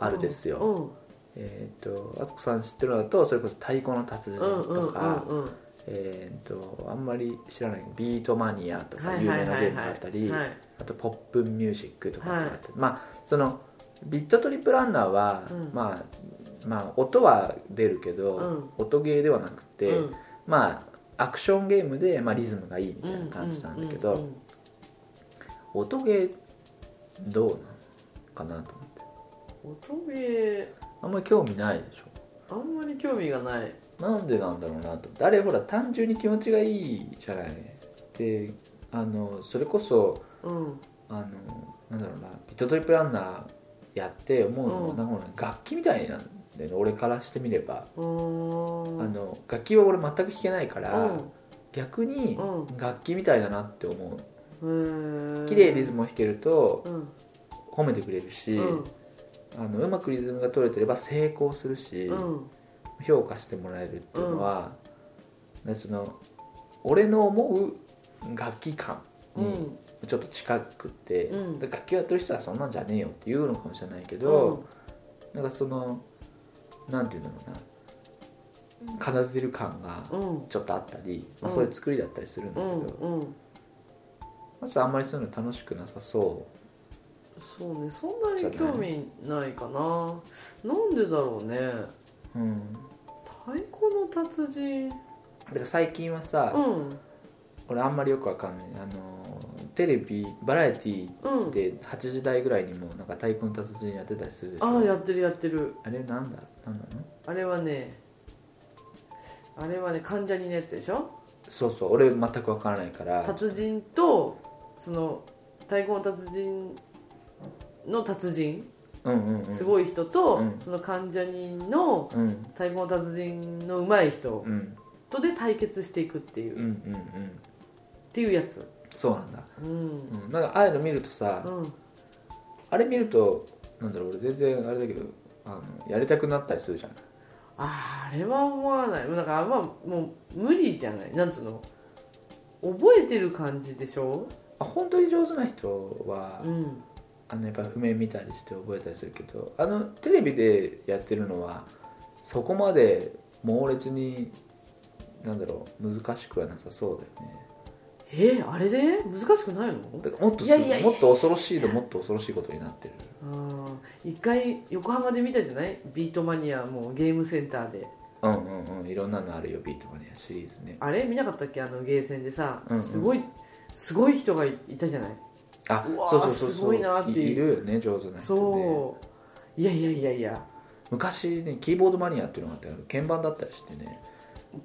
S3: あるですよ、
S4: うん
S3: えっ、とあつこさん知ってるのだとそれこそ「太鼓の達人」
S4: うんうん
S3: とか、
S4: うんうん
S3: えっ、とあんまり知らないビートマニアとか
S4: はい
S3: 有
S4: は
S3: 名
S4: い
S3: な
S4: は
S3: ゲー
S4: い
S3: ムがあ
S4: は
S3: った
S4: い
S3: り
S4: はい
S3: あとポップンミュージックとかがあ
S4: はい
S3: ったりまあそのビットトリプランナーは、
S4: うん
S3: まあまあ音は出るけど、
S4: うん
S3: 音ゲーではなくて、
S4: うん
S3: まあアクションゲームで、まあ、リズムがいいみたいな感じなんだけど、
S4: うんうんうん
S3: 音ゲーどうなのかなと思って
S4: 音ゲ
S3: あんまり興味ないでしょ
S4: ーあんまり興味がない
S3: なんでなんだろうなとあれほら単純に気持ちがいいじゃないであのそれこそ
S4: うん
S3: あのなんだろうなビットトリップランナーやって思うのは、
S4: うん
S3: なんかもうね楽器みたいなんだよね俺からしてみれば、
S4: うーん
S3: あの楽器は俺全く弾けないから、
S4: うん
S3: 逆に
S4: う
S3: 楽器みたいだなって思う
S4: へー
S3: 綺麗にリズムを弾けると
S4: うん
S3: 褒めてくれるし、
S4: うん
S3: あのうまくリズムが取れてれば成功するし、
S4: うん
S3: 評価してもらえるっていうのは、ねその俺の思う楽器感
S4: う
S3: に
S4: ん
S3: ちょっと近くって、
S4: うん
S3: で楽器をやってる人はそんなんじゃねえよって言うのかもしれないけど、なんかそのなんていうんだろうな奏でてる感が
S4: うん
S3: ちょっとあったり、まあ、
S4: うん
S3: そういう作りだったりするんだ
S4: う
S3: けど、
S4: んうん
S3: まずあんまりそういうの楽しくなさそ
S4: そうねそんなに興味ないかななんでだろうね
S3: うん
S4: 太鼓の達人
S3: だから最近はさ、
S4: うん
S3: 俺あんまりよくわかんないあのテレビバラエティ
S4: うん
S3: で80代ぐらいにもなんか太鼓の達人やってたりするでしょ
S4: ああやってるやってる
S3: あれなんだなんだの
S4: あれはねあれはね関ジャニのやつでしょ
S3: そうそう俺全くわからないから
S4: 達人とその太鼓の達人の達人
S3: うんうんうん
S4: すごい人と、
S3: うん
S4: その関ジャニの
S3: うん
S4: 太鼓の達人の上手い人
S3: うん
S4: とで対決していくっていう、
S3: うんうん
S4: っ
S3: うん
S4: ていうやつ
S3: そうなんだ、
S4: うん
S3: うん、なんかああいうの見るとさ、
S4: うん
S3: あれ見るとなんだろう俺全然あれだけどあのやりたくなったりするじゃん
S4: ああれは思わないもうなんかあんまもう無理じゃないなんつうの覚えてる感じでしょ
S3: あ本当に上手な人は、
S4: うん
S3: あのやっぱ譜面見たりして覚えたりするけどあのテレビでやってるのはそこまで猛烈になんだろう難しくはなさそうだよね
S4: えーあれで難しくないの
S3: だからもっとす
S4: いやいやいや
S3: もっと恐ろしいのもっと恐ろしいことになってる
S4: あー一回横浜で見たじゃないビートマニアもゲームセンターで
S3: うんうんうんいろんなのあるよビートマニアシリーズね
S4: あれ見なかったっけあのゲーセンでさ、
S3: うんうん
S4: すごいすごい人がいいたじゃない、
S3: あ
S4: うわー
S3: そうそうそうそう
S4: すごいなっていう
S3: いるよね上手な人ね
S4: そういやいやいやいや
S3: 昔ねキーボードマニアっていうのがあったけど鍵盤だったりしてね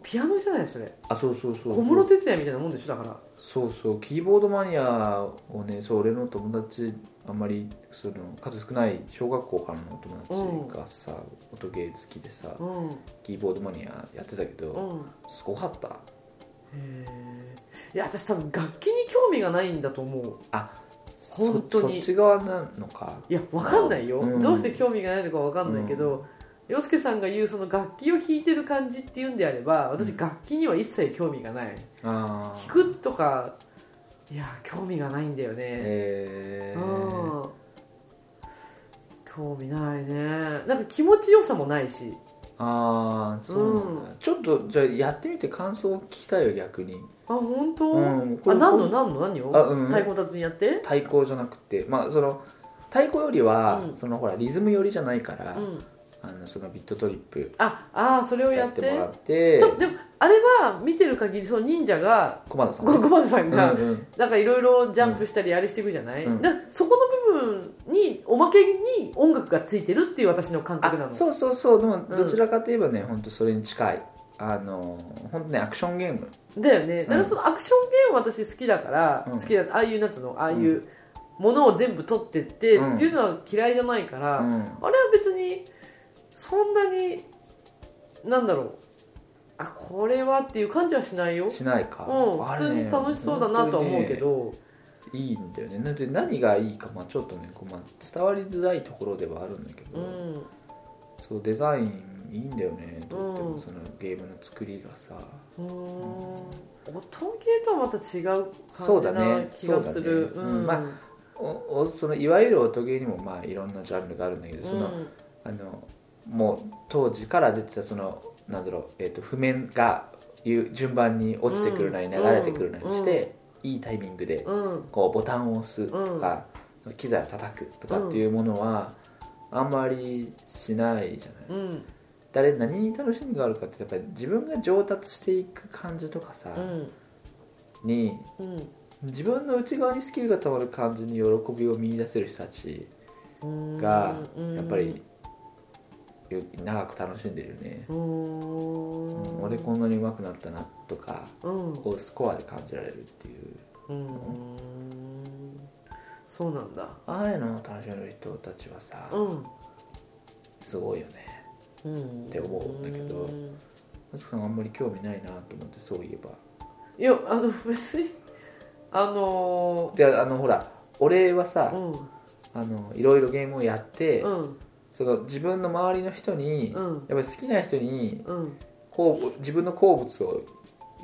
S4: ピアノじゃないそれ
S3: あそうそうそう
S4: 小室哲哉みたいなもんでしょだから
S3: そうそうキーボードマニアをねそう俺の友達あんまりその数少ない小学校からの友達がさ、音ゲー好きでさ
S4: うんうん
S3: キーボードマニアやってたけど、すごかった
S4: へえいや私多分楽器に興味がないんだと思う
S3: そ
S4: 本当に
S3: そっち側なのか
S4: いやわかんないよ、
S3: うん
S4: どうして興味がないのかわかんないけど、洋介さんが言うその楽器を弾いてる感じっていうんであれば私楽器には一切興味がない、
S3: あ
S4: 弾
S3: ー
S4: くとかいや興味がないんだよね、
S3: えー、
S4: うん興味ないねなんか気持ちよさもないし
S3: あーそうなんだ、ちょっとじゃあやってみて感想を聞きたいよ逆に
S4: あ本当、
S3: うんこ
S4: あ
S3: れ
S4: 何の何の何を、
S3: あうん
S4: 太鼓達にやって
S3: 対抗じゃなくてまあその太鼓よりは、
S4: うん
S3: そのほらリズム寄りじゃないから、
S4: うん
S3: あのそのビットトリップ
S4: ああーそれをや
S3: や
S4: っ
S3: っててもらって
S4: とでもあれは見てる限りその忍者が
S3: 駒田さん
S4: ゴゴマさん
S3: う
S4: が、
S3: んうん
S4: なんかいろいろジャンプしたりあれしていくじゃない、
S3: うん
S4: だからそこの部分におまけに音楽がついてるっていう私の感覚な
S3: あ
S4: の
S3: そうそうそうでも
S4: うん
S3: どちらかといえばね本当それに近いあの本当ねアクションゲーム
S4: だよね
S3: ん
S4: だからそのアクションゲーム私好きだから、
S3: うん
S4: 好きだああいうなんつうのああいううものを全部取ってって、
S3: うん
S4: っていうのは嫌いじゃないから、
S3: うん
S4: あれは別にそんなになんだろうあこれはっていう感じはしないよ、うん、
S3: しないかあ
S4: 普
S3: れ
S4: 通
S3: ね
S4: に楽しそうだなとは思うけど、
S3: 本当にねいいんだよねなんで何がいいかまあちょっとねこう、まあ、伝わりづらいところではあるんだけど、
S4: うん
S3: そうデザインいいんだよねとって
S4: う
S3: も
S4: ん
S3: そのゲームの作りがさ
S4: うーん音ゲーとはまた違う
S3: そ
S4: 感
S3: うだ
S4: じ
S3: ね
S4: な気がする
S3: そうだね
S4: うん
S3: まあおおそのいわゆる音ゲーにもまあいろんなジャンルがあるんだけどその、
S4: うん
S3: あのもう当時から出てたそのなんだろう、えー、と譜面がいう順番に落ちてくるなり
S4: うん
S3: 流れてくるなりして、いいタイミングで
S4: うん
S3: こうボタンを押すとか、機材を叩くとかっていうものはあんまりしないじゃない
S4: うん
S3: 誰何に楽しみがあるかってやっぱり自分が上達していく感じとかさ、
S4: うん
S3: に
S4: うん
S3: 自分の内側にスキルがたまる感じに喜びを見出せる人たち
S4: うん
S3: が
S4: うん
S3: やっぱりよ長く楽しんでるよね、
S4: うーん
S3: 俺こんなに上手くなったなとか
S4: うん
S3: こうスコアで感じられるっていう
S4: うんそうなんだ
S3: ああいうのを楽しめる人たちはさ
S4: うん
S3: すごいよね
S4: うん
S3: って思うんだけどマチコさんあんまり興味ないなと思ってそういえば
S4: いやあの別にあの
S3: であのほら俺はさ
S4: ー、うん
S3: あのいろいろゲームをやって、
S4: うん
S3: その自分の周りの人に、
S4: うん
S3: やっぱり好きな人に
S4: うん
S3: こう自分の好物を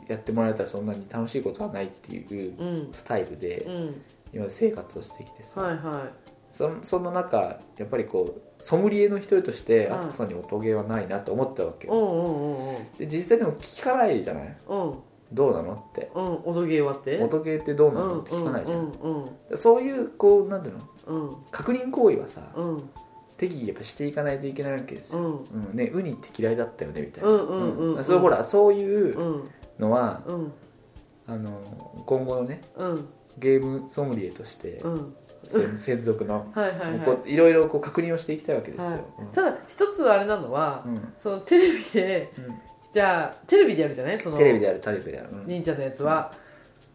S3: やってもらえたらそんなに楽しいことはないっていう
S4: うん
S3: スタイルで、
S4: うん
S3: 今生活をしてきてさ、
S4: はいは
S3: そそんな中やっぱりこうソムリエの一人として
S4: うん
S3: あつこさんに音ゲーはないなと思ったわけ
S4: いうんうんうんうん
S3: で実際でも聞かないじゃない
S4: うん
S3: どうなのって
S4: うん音ゲーはって
S3: 音ゲーってどうなのって
S4: うん
S3: 聞かないじゃん、
S4: うんうん
S3: そういうこうなんていうの
S4: うん
S3: 確認行為はさ、
S4: うん
S3: 適宜やっぱしていかないといけないわけです
S4: う
S3: よ、
S4: ん
S3: うんねウニって嫌いだったよねみたいな、
S4: うんうんう
S3: だから
S4: ん
S3: そうほらそういう
S4: う
S3: うんのは、
S4: うん
S3: あの今後のね
S4: うん
S3: ゲームソムリエとして、
S4: うん
S3: 専専属の
S4: はいはい
S3: こ
S4: は
S3: ういろいろこう確認をしていきたいわけで
S4: い、
S3: すよ、
S4: はい、ただ一つあれなのは、
S3: うんうん
S4: そのテレビでじゃあテレビでやるじゃないそ
S3: うん
S4: の
S3: テレビであるテレビである、うん
S4: 忍者のやつは、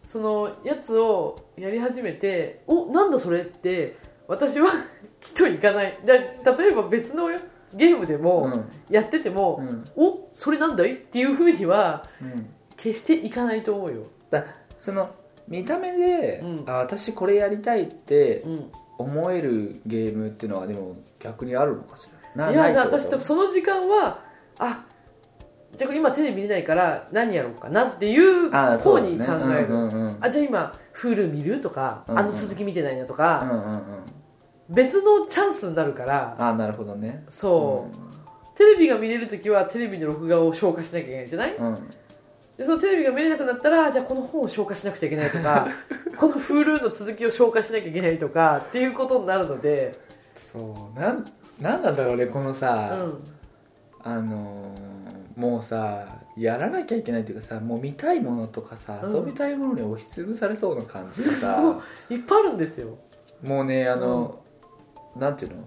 S4: そのやつをやり始めて「おなんだそれ」って私は きっと行かないじゃあ例えば別のゲームで
S3: うん
S4: もやってて
S3: う
S4: も
S3: ん
S4: 「おそれなんだい?」っていうふうには
S3: うん
S4: 決していかないと思うよ、
S3: だその見た目で、
S4: うん
S3: あ私これやりたいって
S4: うん、い
S3: 思えるゲームっていうのはでも逆にあるのかしらな
S4: や
S3: ないってこ
S4: 私とその時間はあじゃあ今テレビ見れないから何やろうかなっていう
S3: あそ
S4: 方
S3: うです
S4: に
S3: ね
S4: 考える
S3: うんうんうん
S4: あじゃあ今 Hulu 見るとか、
S3: うんうん
S4: あの続き見てないなと
S3: う
S4: か、
S3: んうんうん
S4: 別のチャンスになるから
S3: あなるほどね
S4: そう、テレビが見れるときはテレビの録画を消化しなきゃいけないじゃない
S3: うん、うん
S4: でそのテレビが見れなくなったらじゃあこの本を消化しなくちゃいけないと かこの Hulu の続きを消化しなきゃいけないとかっていうことになるので
S3: そうなんなんなんだろうねこの
S4: う
S3: さ、
S4: ん
S3: あのーもうさやらなきゃいけないっていうかさもう見たいものとかさ、
S4: うん
S3: 遊びたいものに押しつぶされそうな感じでさ
S4: そういっぱいあるんですよ
S3: もうねあの、なんていうの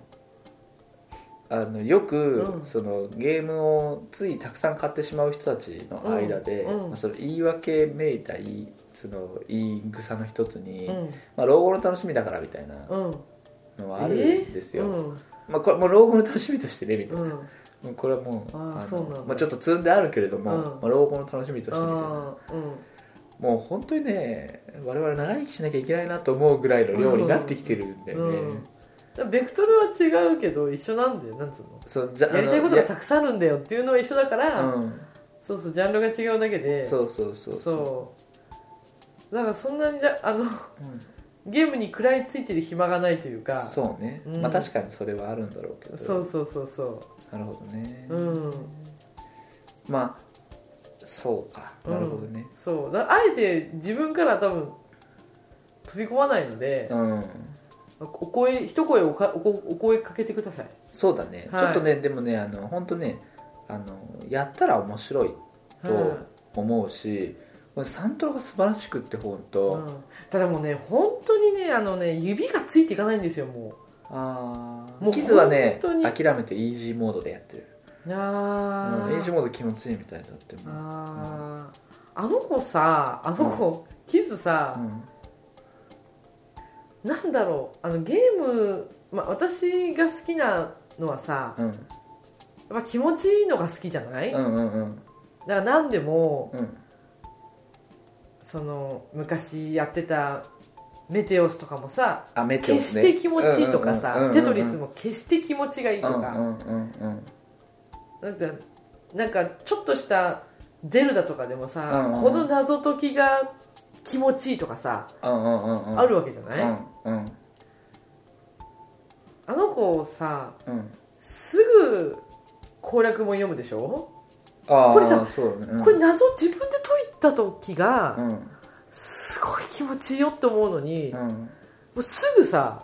S3: あのよく、
S4: うん
S3: そのゲームをついたくさん買ってしまう人たちの間で、
S4: うんうん
S3: まあ、その言い訳めいた言いその言い草の一つに、
S4: うん
S3: まあ、老後の楽しみだからみたいな
S4: うん
S3: のはあるんですよ、
S4: うん
S3: まあ、これもう老後の楽しみとしてねみたいな
S4: うん
S3: もうこれはもう
S4: あー
S3: の
S4: そうなんだ
S3: まあ、ちょっと積んであるけれども、
S4: うん
S3: まあ、老後の楽しみとしてみたいな
S4: あーうん
S3: もう本当にね我々長生きしなきゃいけないなと思うぐらいの量になってきてるんだよね、
S4: うんだからベクトルは違うけど一緒なんだよなんつうの
S3: そうじゃあ
S4: やりたいことが
S3: の
S4: たくさんあるんだよっていうのは一緒だから、
S3: やうん
S4: そうそうジャンルが違うだけで
S3: そうそうそう
S4: そうだからそんなにだあの
S3: うん
S4: ゲームに食らいついてる暇がないというか
S3: そうね、
S4: うん
S3: まあ確かにそれはあるんだろうけど
S4: そうそうそうそ
S3: なるほどね、
S4: ううん
S3: まあそうか
S4: うん
S3: なるほどね
S4: そうだあえて自分から多分飛び込まないので、
S3: うん、
S4: お声一声おかおこお声かけてください
S3: そうだね、
S4: はい
S3: ちょっとねでもねあの本当ねあのやったら面白いと思うし、これサントラが素晴らしくって本当、
S4: うんうん、ただもうね本当にねあのね指がついていかないんですよも
S3: あ
S4: も
S3: あ
S4: う
S3: キズはね
S4: 本当に
S3: 諦めてイージーモードでやってる
S4: うあ
S3: う
S4: あ
S3: んイージーモード気持ちいいみたいだってもう
S4: あーあの子さあの子、キズさ、
S3: うん
S4: なんだろうあのゲーム、まあ、私が好きなのはさ
S3: うん
S4: やっぱ気持ちいいのが好きじゃない、
S3: う
S4: だか
S3: んうんうん
S4: ら何でも
S3: うん
S4: その昔やってたメテオスとかもさ
S3: あメテオ
S4: 決
S3: ス
S4: し
S3: ね
S4: て気持ちいいとか
S3: うんうん
S4: さ
S3: うん
S4: テトリスも決して気持ちがいいと
S3: うんう
S4: か
S3: んうんうん
S4: なんかなんかちょっとしたゼルダとかでもさ
S3: うんうん
S4: この謎解きが気持ちいいとかさ
S3: うんうんうんうん
S4: あるわけじゃな
S3: う
S4: い
S3: んうん
S4: あの子さ
S3: うん
S4: すぐ攻略も読むでしょ
S3: ああ
S4: これさ
S3: そうだね、うん、
S4: これ謎自分で解いた時が
S3: うん
S4: すごい気持ちいいよって思うのに
S3: う
S4: も
S3: ん
S4: うすぐさ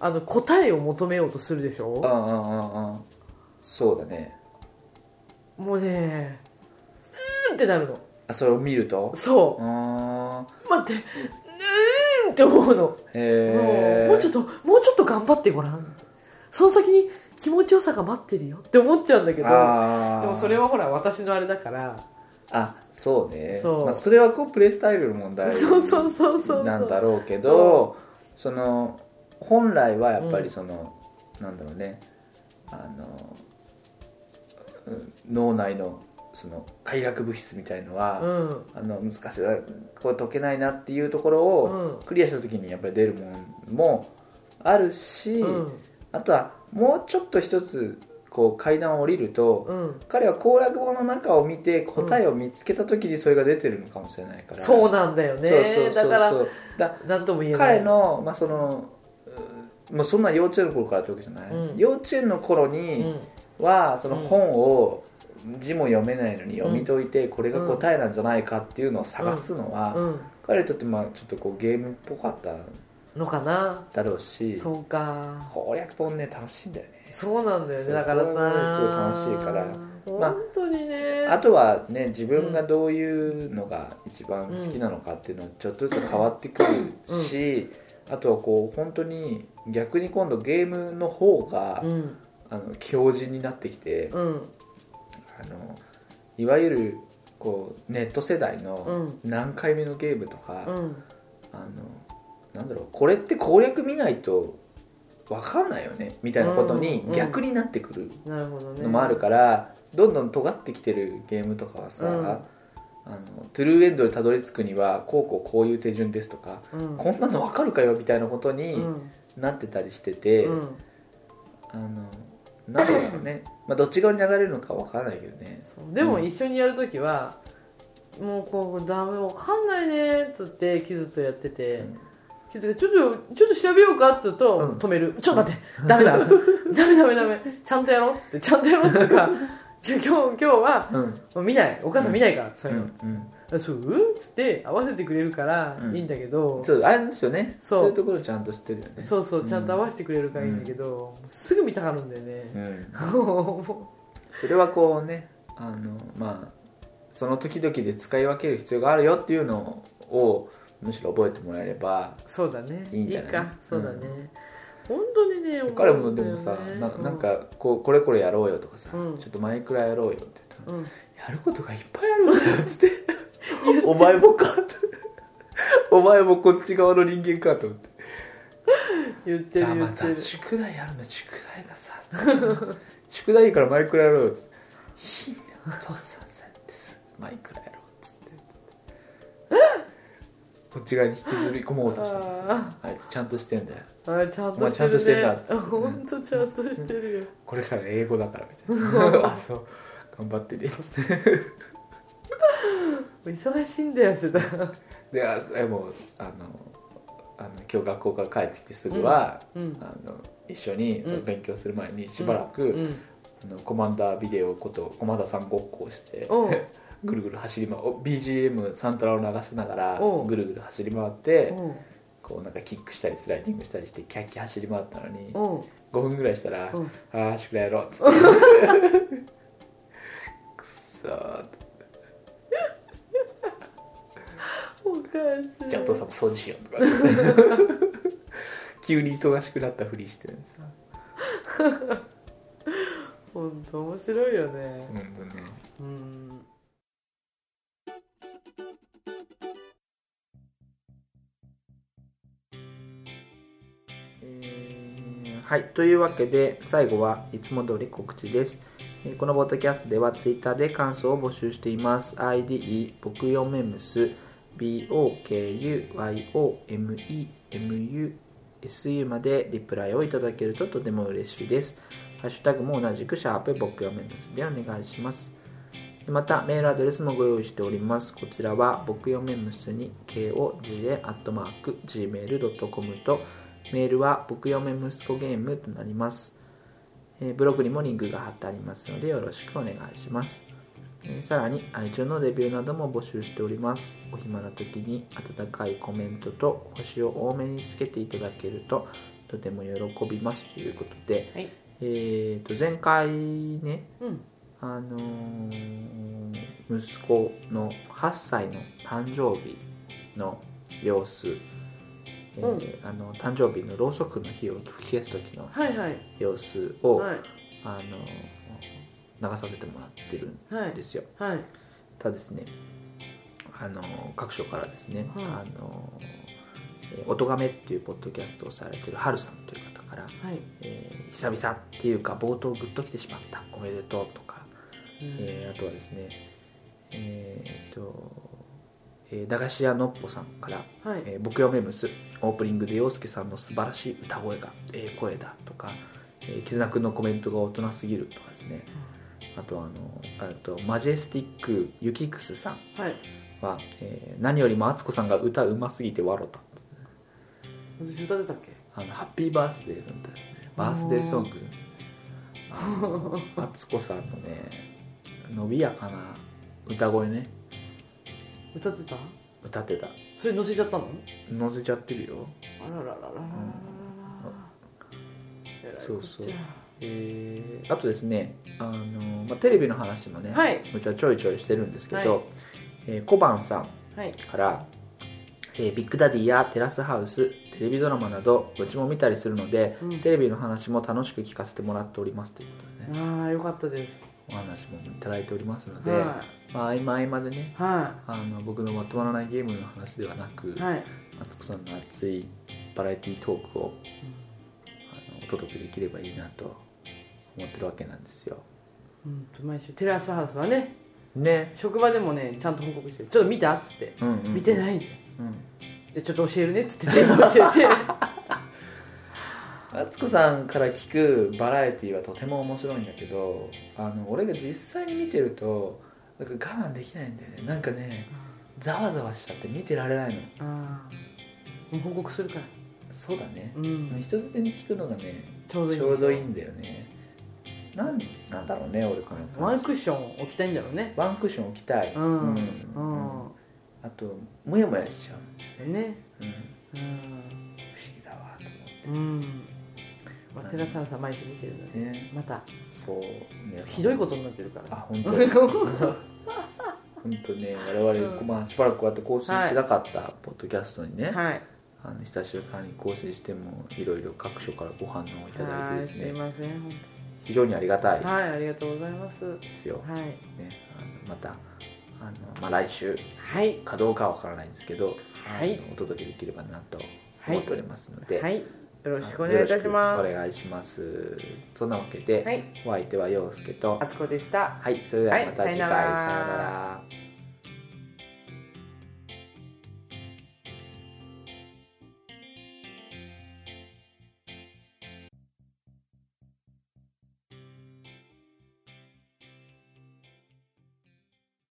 S4: あの答えを求めようとするでし
S3: ああ
S4: ょ
S3: あああそうだね
S4: もうねうーんってなるの
S3: あそれを見ると
S4: そ
S3: ああ
S4: う待ってうーんって思うの
S3: へえ
S4: もうちょっ
S3: っ
S4: ともうちょっと頑張ってごらんその先に気持ちよさが待ってるよって思っちゃうんだけど
S3: ああ
S4: でもそれはほら私のあれだから
S3: あそうね
S4: そう
S3: まあ、それはこうプレイスタイルの問題
S4: そうそうそうそうそう
S3: なんだろうけどその本来はやっぱりその、なんだろうねあのうん脳内のその快楽物質みたいのは、
S4: うん
S3: あの難しいあこれ解けないなっていうところを
S4: うん
S3: クリアした時にやっぱり出るもんもあるし、
S4: うん
S3: あとはもうちょっと一つこう階段を降りると、
S4: うん
S3: 彼は攻略本の中を見て答えを見つけた時にそれが出てるのかもしれないから、
S4: そうなんだよ
S3: そうそうそう
S4: ね
S3: そう
S4: だから
S3: だ
S4: なんとも言えない
S3: 彼の,、まあそのうもうそんな幼稚園の頃からってわけじゃない、
S4: うん
S3: 幼稚園の頃
S4: う
S3: に
S4: ん
S3: はその本を字も読めないのに読み解いてこれが答えなんじゃないかっていうのを探すのは、
S4: うん
S3: 彼にとってまあちょっとこうゲームっぽかった
S4: のかな
S3: だろうし
S4: そうか
S3: 攻略本ね楽しいんだよね
S4: そうなんだよ
S3: そう
S4: ねだから
S3: これ
S4: さ
S3: はねすごい楽しいからまあ
S4: 本当にね、
S3: あとはね自分がどういうのが一番好きなのかっていうのはちょっとずつ変わってくるし、あとはこう本当に逆に今度ゲームの方が、
S4: うん
S3: あの強靭になってきて、
S4: うん
S3: あのいわゆるこうネット世代の
S4: うん
S3: 何回目のゲームとか、
S4: うん
S3: あのなんだろうこれって攻略見ないと分かんないよねみたいなことに
S4: うんうん
S3: 逆になってくる
S4: なるほどね
S3: のもあるから、どんどん尖ってきてるゲームとかはさ、
S4: うん
S3: あのトゥルーエンドにたどり着くにはこうこうこういう手順ですとか、
S4: うん
S3: こんなの分かるかよみたいなことに
S4: うん
S3: なってたりしてて、
S4: うん
S3: あのなんだろうね、まあ、どっち側に流れるのか分からないけどね
S4: そうでも
S3: うん
S4: 一緒にやるときは、もうこうダメわかんないねっつってキズとやってて、
S3: うん
S4: キズがちょっとちょっと調べようかっつうと、
S3: うん
S4: 止めるちょっと待ってダメだダメダメダメちゃんとやろうっつってちゃんとやろうっつうか じゃあ今日今日は
S3: うん
S4: もう見ないお母さん見ないから、そうういうの、
S3: んうん
S4: あそううんっつって合わせてくれるから
S3: うん
S4: いいんだけど、
S3: そうあれですよね
S4: そう
S3: そういうところちゃんと知ってるよね
S4: そうそうちゃんと合わせてくれるからいいんだけど、すぐ見たがるんだよ ね、
S3: ん
S4: も
S3: それはこうねあのまあその時々で使い分ける必要があるよっていうのをむしろ覚えてもらえれば
S4: うそうだね
S3: いいんじゃない
S4: かそうだね、本当にね思
S3: 彼
S4: う
S3: も
S4: ん
S3: で
S4: だよ
S3: もさ
S4: ね
S3: ななんかこうこれこれやろうよとかさ、
S4: うん
S3: ちょっと前くらいやろうよって言ったら
S4: うん
S3: やることがいっぱいあるんだよっつって「 お前もか」お前もこっち側の人間か」と思って
S4: 言って
S3: じゃあ
S4: る言
S3: ま
S4: って
S3: た
S4: る
S3: 宿題やるの宿題がさ宿題いいからマイクラやろうよっつっていいんだよお父さんさんですマイクラやろうっつってこっち側に引きずり込もうとしてるさあいつちゃんとしてんだよ
S4: あちゃん
S3: お前
S4: と
S3: ちゃんとし
S4: してて
S3: ん
S4: る
S3: だ
S4: ね
S3: っつってね
S4: 本当ちゃんとしてるよ
S3: これから英語だからみたいなあ そう頑張ってねっつって
S4: 忙しいんだよ世代
S3: であでもあのあの今日学校から帰ってきてすぐは、
S4: うん
S3: あの一緒にその
S4: うん
S3: 勉強する前にしばらく、
S4: うん
S3: あのコマンダービデオことコマンダーさんごっこをして
S4: おう
S3: ぐるぐる走り回 BGM サントラを流しながら
S4: おう
S3: ぐるぐる走り回って
S4: おう
S3: こうなんかキックしたりスライディングしたりしてキャッキャ走り回ったのに
S4: おう
S3: 5分ぐらいしたら
S4: うん
S3: 「ああ宿題やろう」っつって くっそー
S4: おかしい
S3: じゃあお父さんも掃除しようとか 急に忙しくなったふりしてるんですよ
S4: 本当面白いよね
S3: ほんとね
S4: うん
S3: はいというわけで最後はいつも通り告知ですえーこのボットキャストではツイッターで感想を募集しています IDE 僕よめむす BOKUYOMEMUSU までリプライをいただけるととても嬉しいですハッシュタグも同じくシャープ僕よめむすでお願いしますまたメールアドレスもご用意しておりますこちらは僕よめむすに koga.gmail.com とメールは僕よめ息子ゲームとなりますえーブログにもリンクが貼ってありますのでよろしくお願いします。えーさらに iTunes のレビューなども募集しております。お暇な時に温かいコメントと星を多めにつけていただけるととても喜びますということで、
S4: はい
S3: えーと前回ね、
S4: うん
S3: あのー息子の8歳の誕生日の様子、えー
S4: う
S3: あの誕生日のろうそくの火を吹き消す時の
S4: はいはい
S3: 様子を、
S4: はい
S3: あの流させてもらってるん
S4: はい
S3: ですよ
S4: はい
S3: ただですねあの各所からですね、
S4: はい
S3: あのえー「音がめ」っていうポッドキャストをされてるハルさんという方から
S4: はい
S3: 「えー久々」っていうか冒頭グッと来てしまった「おめでとう」とか、
S4: うん
S3: えーあとはですねえーっと、えー駄菓子屋のっぽさんから「
S4: はい
S3: えー僕よめむすオープニングで陽介さんの素晴らしい歌声がええ声だとか、えー、絆くんのコメントが大人すぎるとかですねあとあのあとマジェスティックユキクスさん
S4: はい
S3: は、えー何よりも敦子さんが歌うますぎて笑った
S4: 私歌ってたっけ
S3: あのハッピーバースデーの歌ですねバースデーソングあの敦子さんのね伸びやかな歌声ね
S4: 歌ってた
S3: 歌ってた
S4: それ載せちゃったの
S3: 乗せちゃってるよ
S4: あららららららららら
S3: そうそう
S4: 偉いこ
S3: えーあとですねあの、まあ、テレビの話もね、
S4: っちゃはい
S3: 僕はちょいちょいしてるんですけど、
S4: はい
S3: えー小判さん
S4: はい
S3: から、えービッグダディやテラスハウステレビドラマなどうちも見たりするので
S4: うん
S3: テレビの話も楽しく聞かせてもらっておりますということでね
S4: ああよかったです
S3: お話もいただいておりますので、
S4: は
S3: まあ、合間合間でね
S4: いは
S3: あの僕のまとまらないゲームの話ではなく
S4: いはい
S3: 敦子さんの熱いバラエティートークをあのお届けできればいいなと思ってるわけなんですよ
S4: うんと毎週テラスハウスはね
S3: ね
S4: 職場でもねちゃんと報告してるちょっと見たっつって
S3: うんうん、
S4: 見てないんで
S3: うん
S4: でちょっと教えるねっつって全部教 えて
S3: 敦子さんから聞くバラエティーはとても面白いんだけどあの俺が実際に見てるとなんか我慢できないんだよねなんかねざわざわしちゃって見てられないの
S4: ああもう報告するから
S3: そうだね
S4: う、ん
S3: 人づてに聞くのがね
S4: ちょうどいい
S3: ちょうどいいんだよねなんなんだろうね俺この感じ
S4: ワンクッション置きたいんだろうね
S3: ワンクッション置きたい
S4: うん
S3: うん
S4: う
S3: あとモヤモヤしちゃう、
S4: んね
S3: うん、
S4: うん
S3: 不思議だわと思
S4: うんまあテラスハウスは毎週見てるの
S3: っ
S4: で
S3: てね
S4: また
S3: そう皆さん
S4: ひどいことになってるか
S3: あ
S4: ら
S3: 本当に本当ね我々、
S4: うん
S3: まあ、しばらくこうやって更新しなかったポッドキャストにね、
S4: はい
S3: あの久しぶりに更新してもいろいろ各所からご反応をいただい
S4: は
S3: て
S4: い
S3: です
S4: すい
S3: ね
S4: ません本
S3: 非常にありがた
S4: 当
S3: い
S4: にはいありがとうございますは
S3: ですよ、
S4: い
S3: ね、あのまたあの、まあ、来週
S4: はい
S3: かどうかはわからないんですけど、
S4: はい
S3: あのお届けできればなと思っておりますので、
S4: はいよ
S3: よ
S4: ろしくお願いいたします
S3: ろしくお願いしますそんなわけで、
S4: はい
S3: お相手は陽介と
S4: あつこでした
S3: はいそれではまた次回、
S4: はいさよなら
S3: さよなら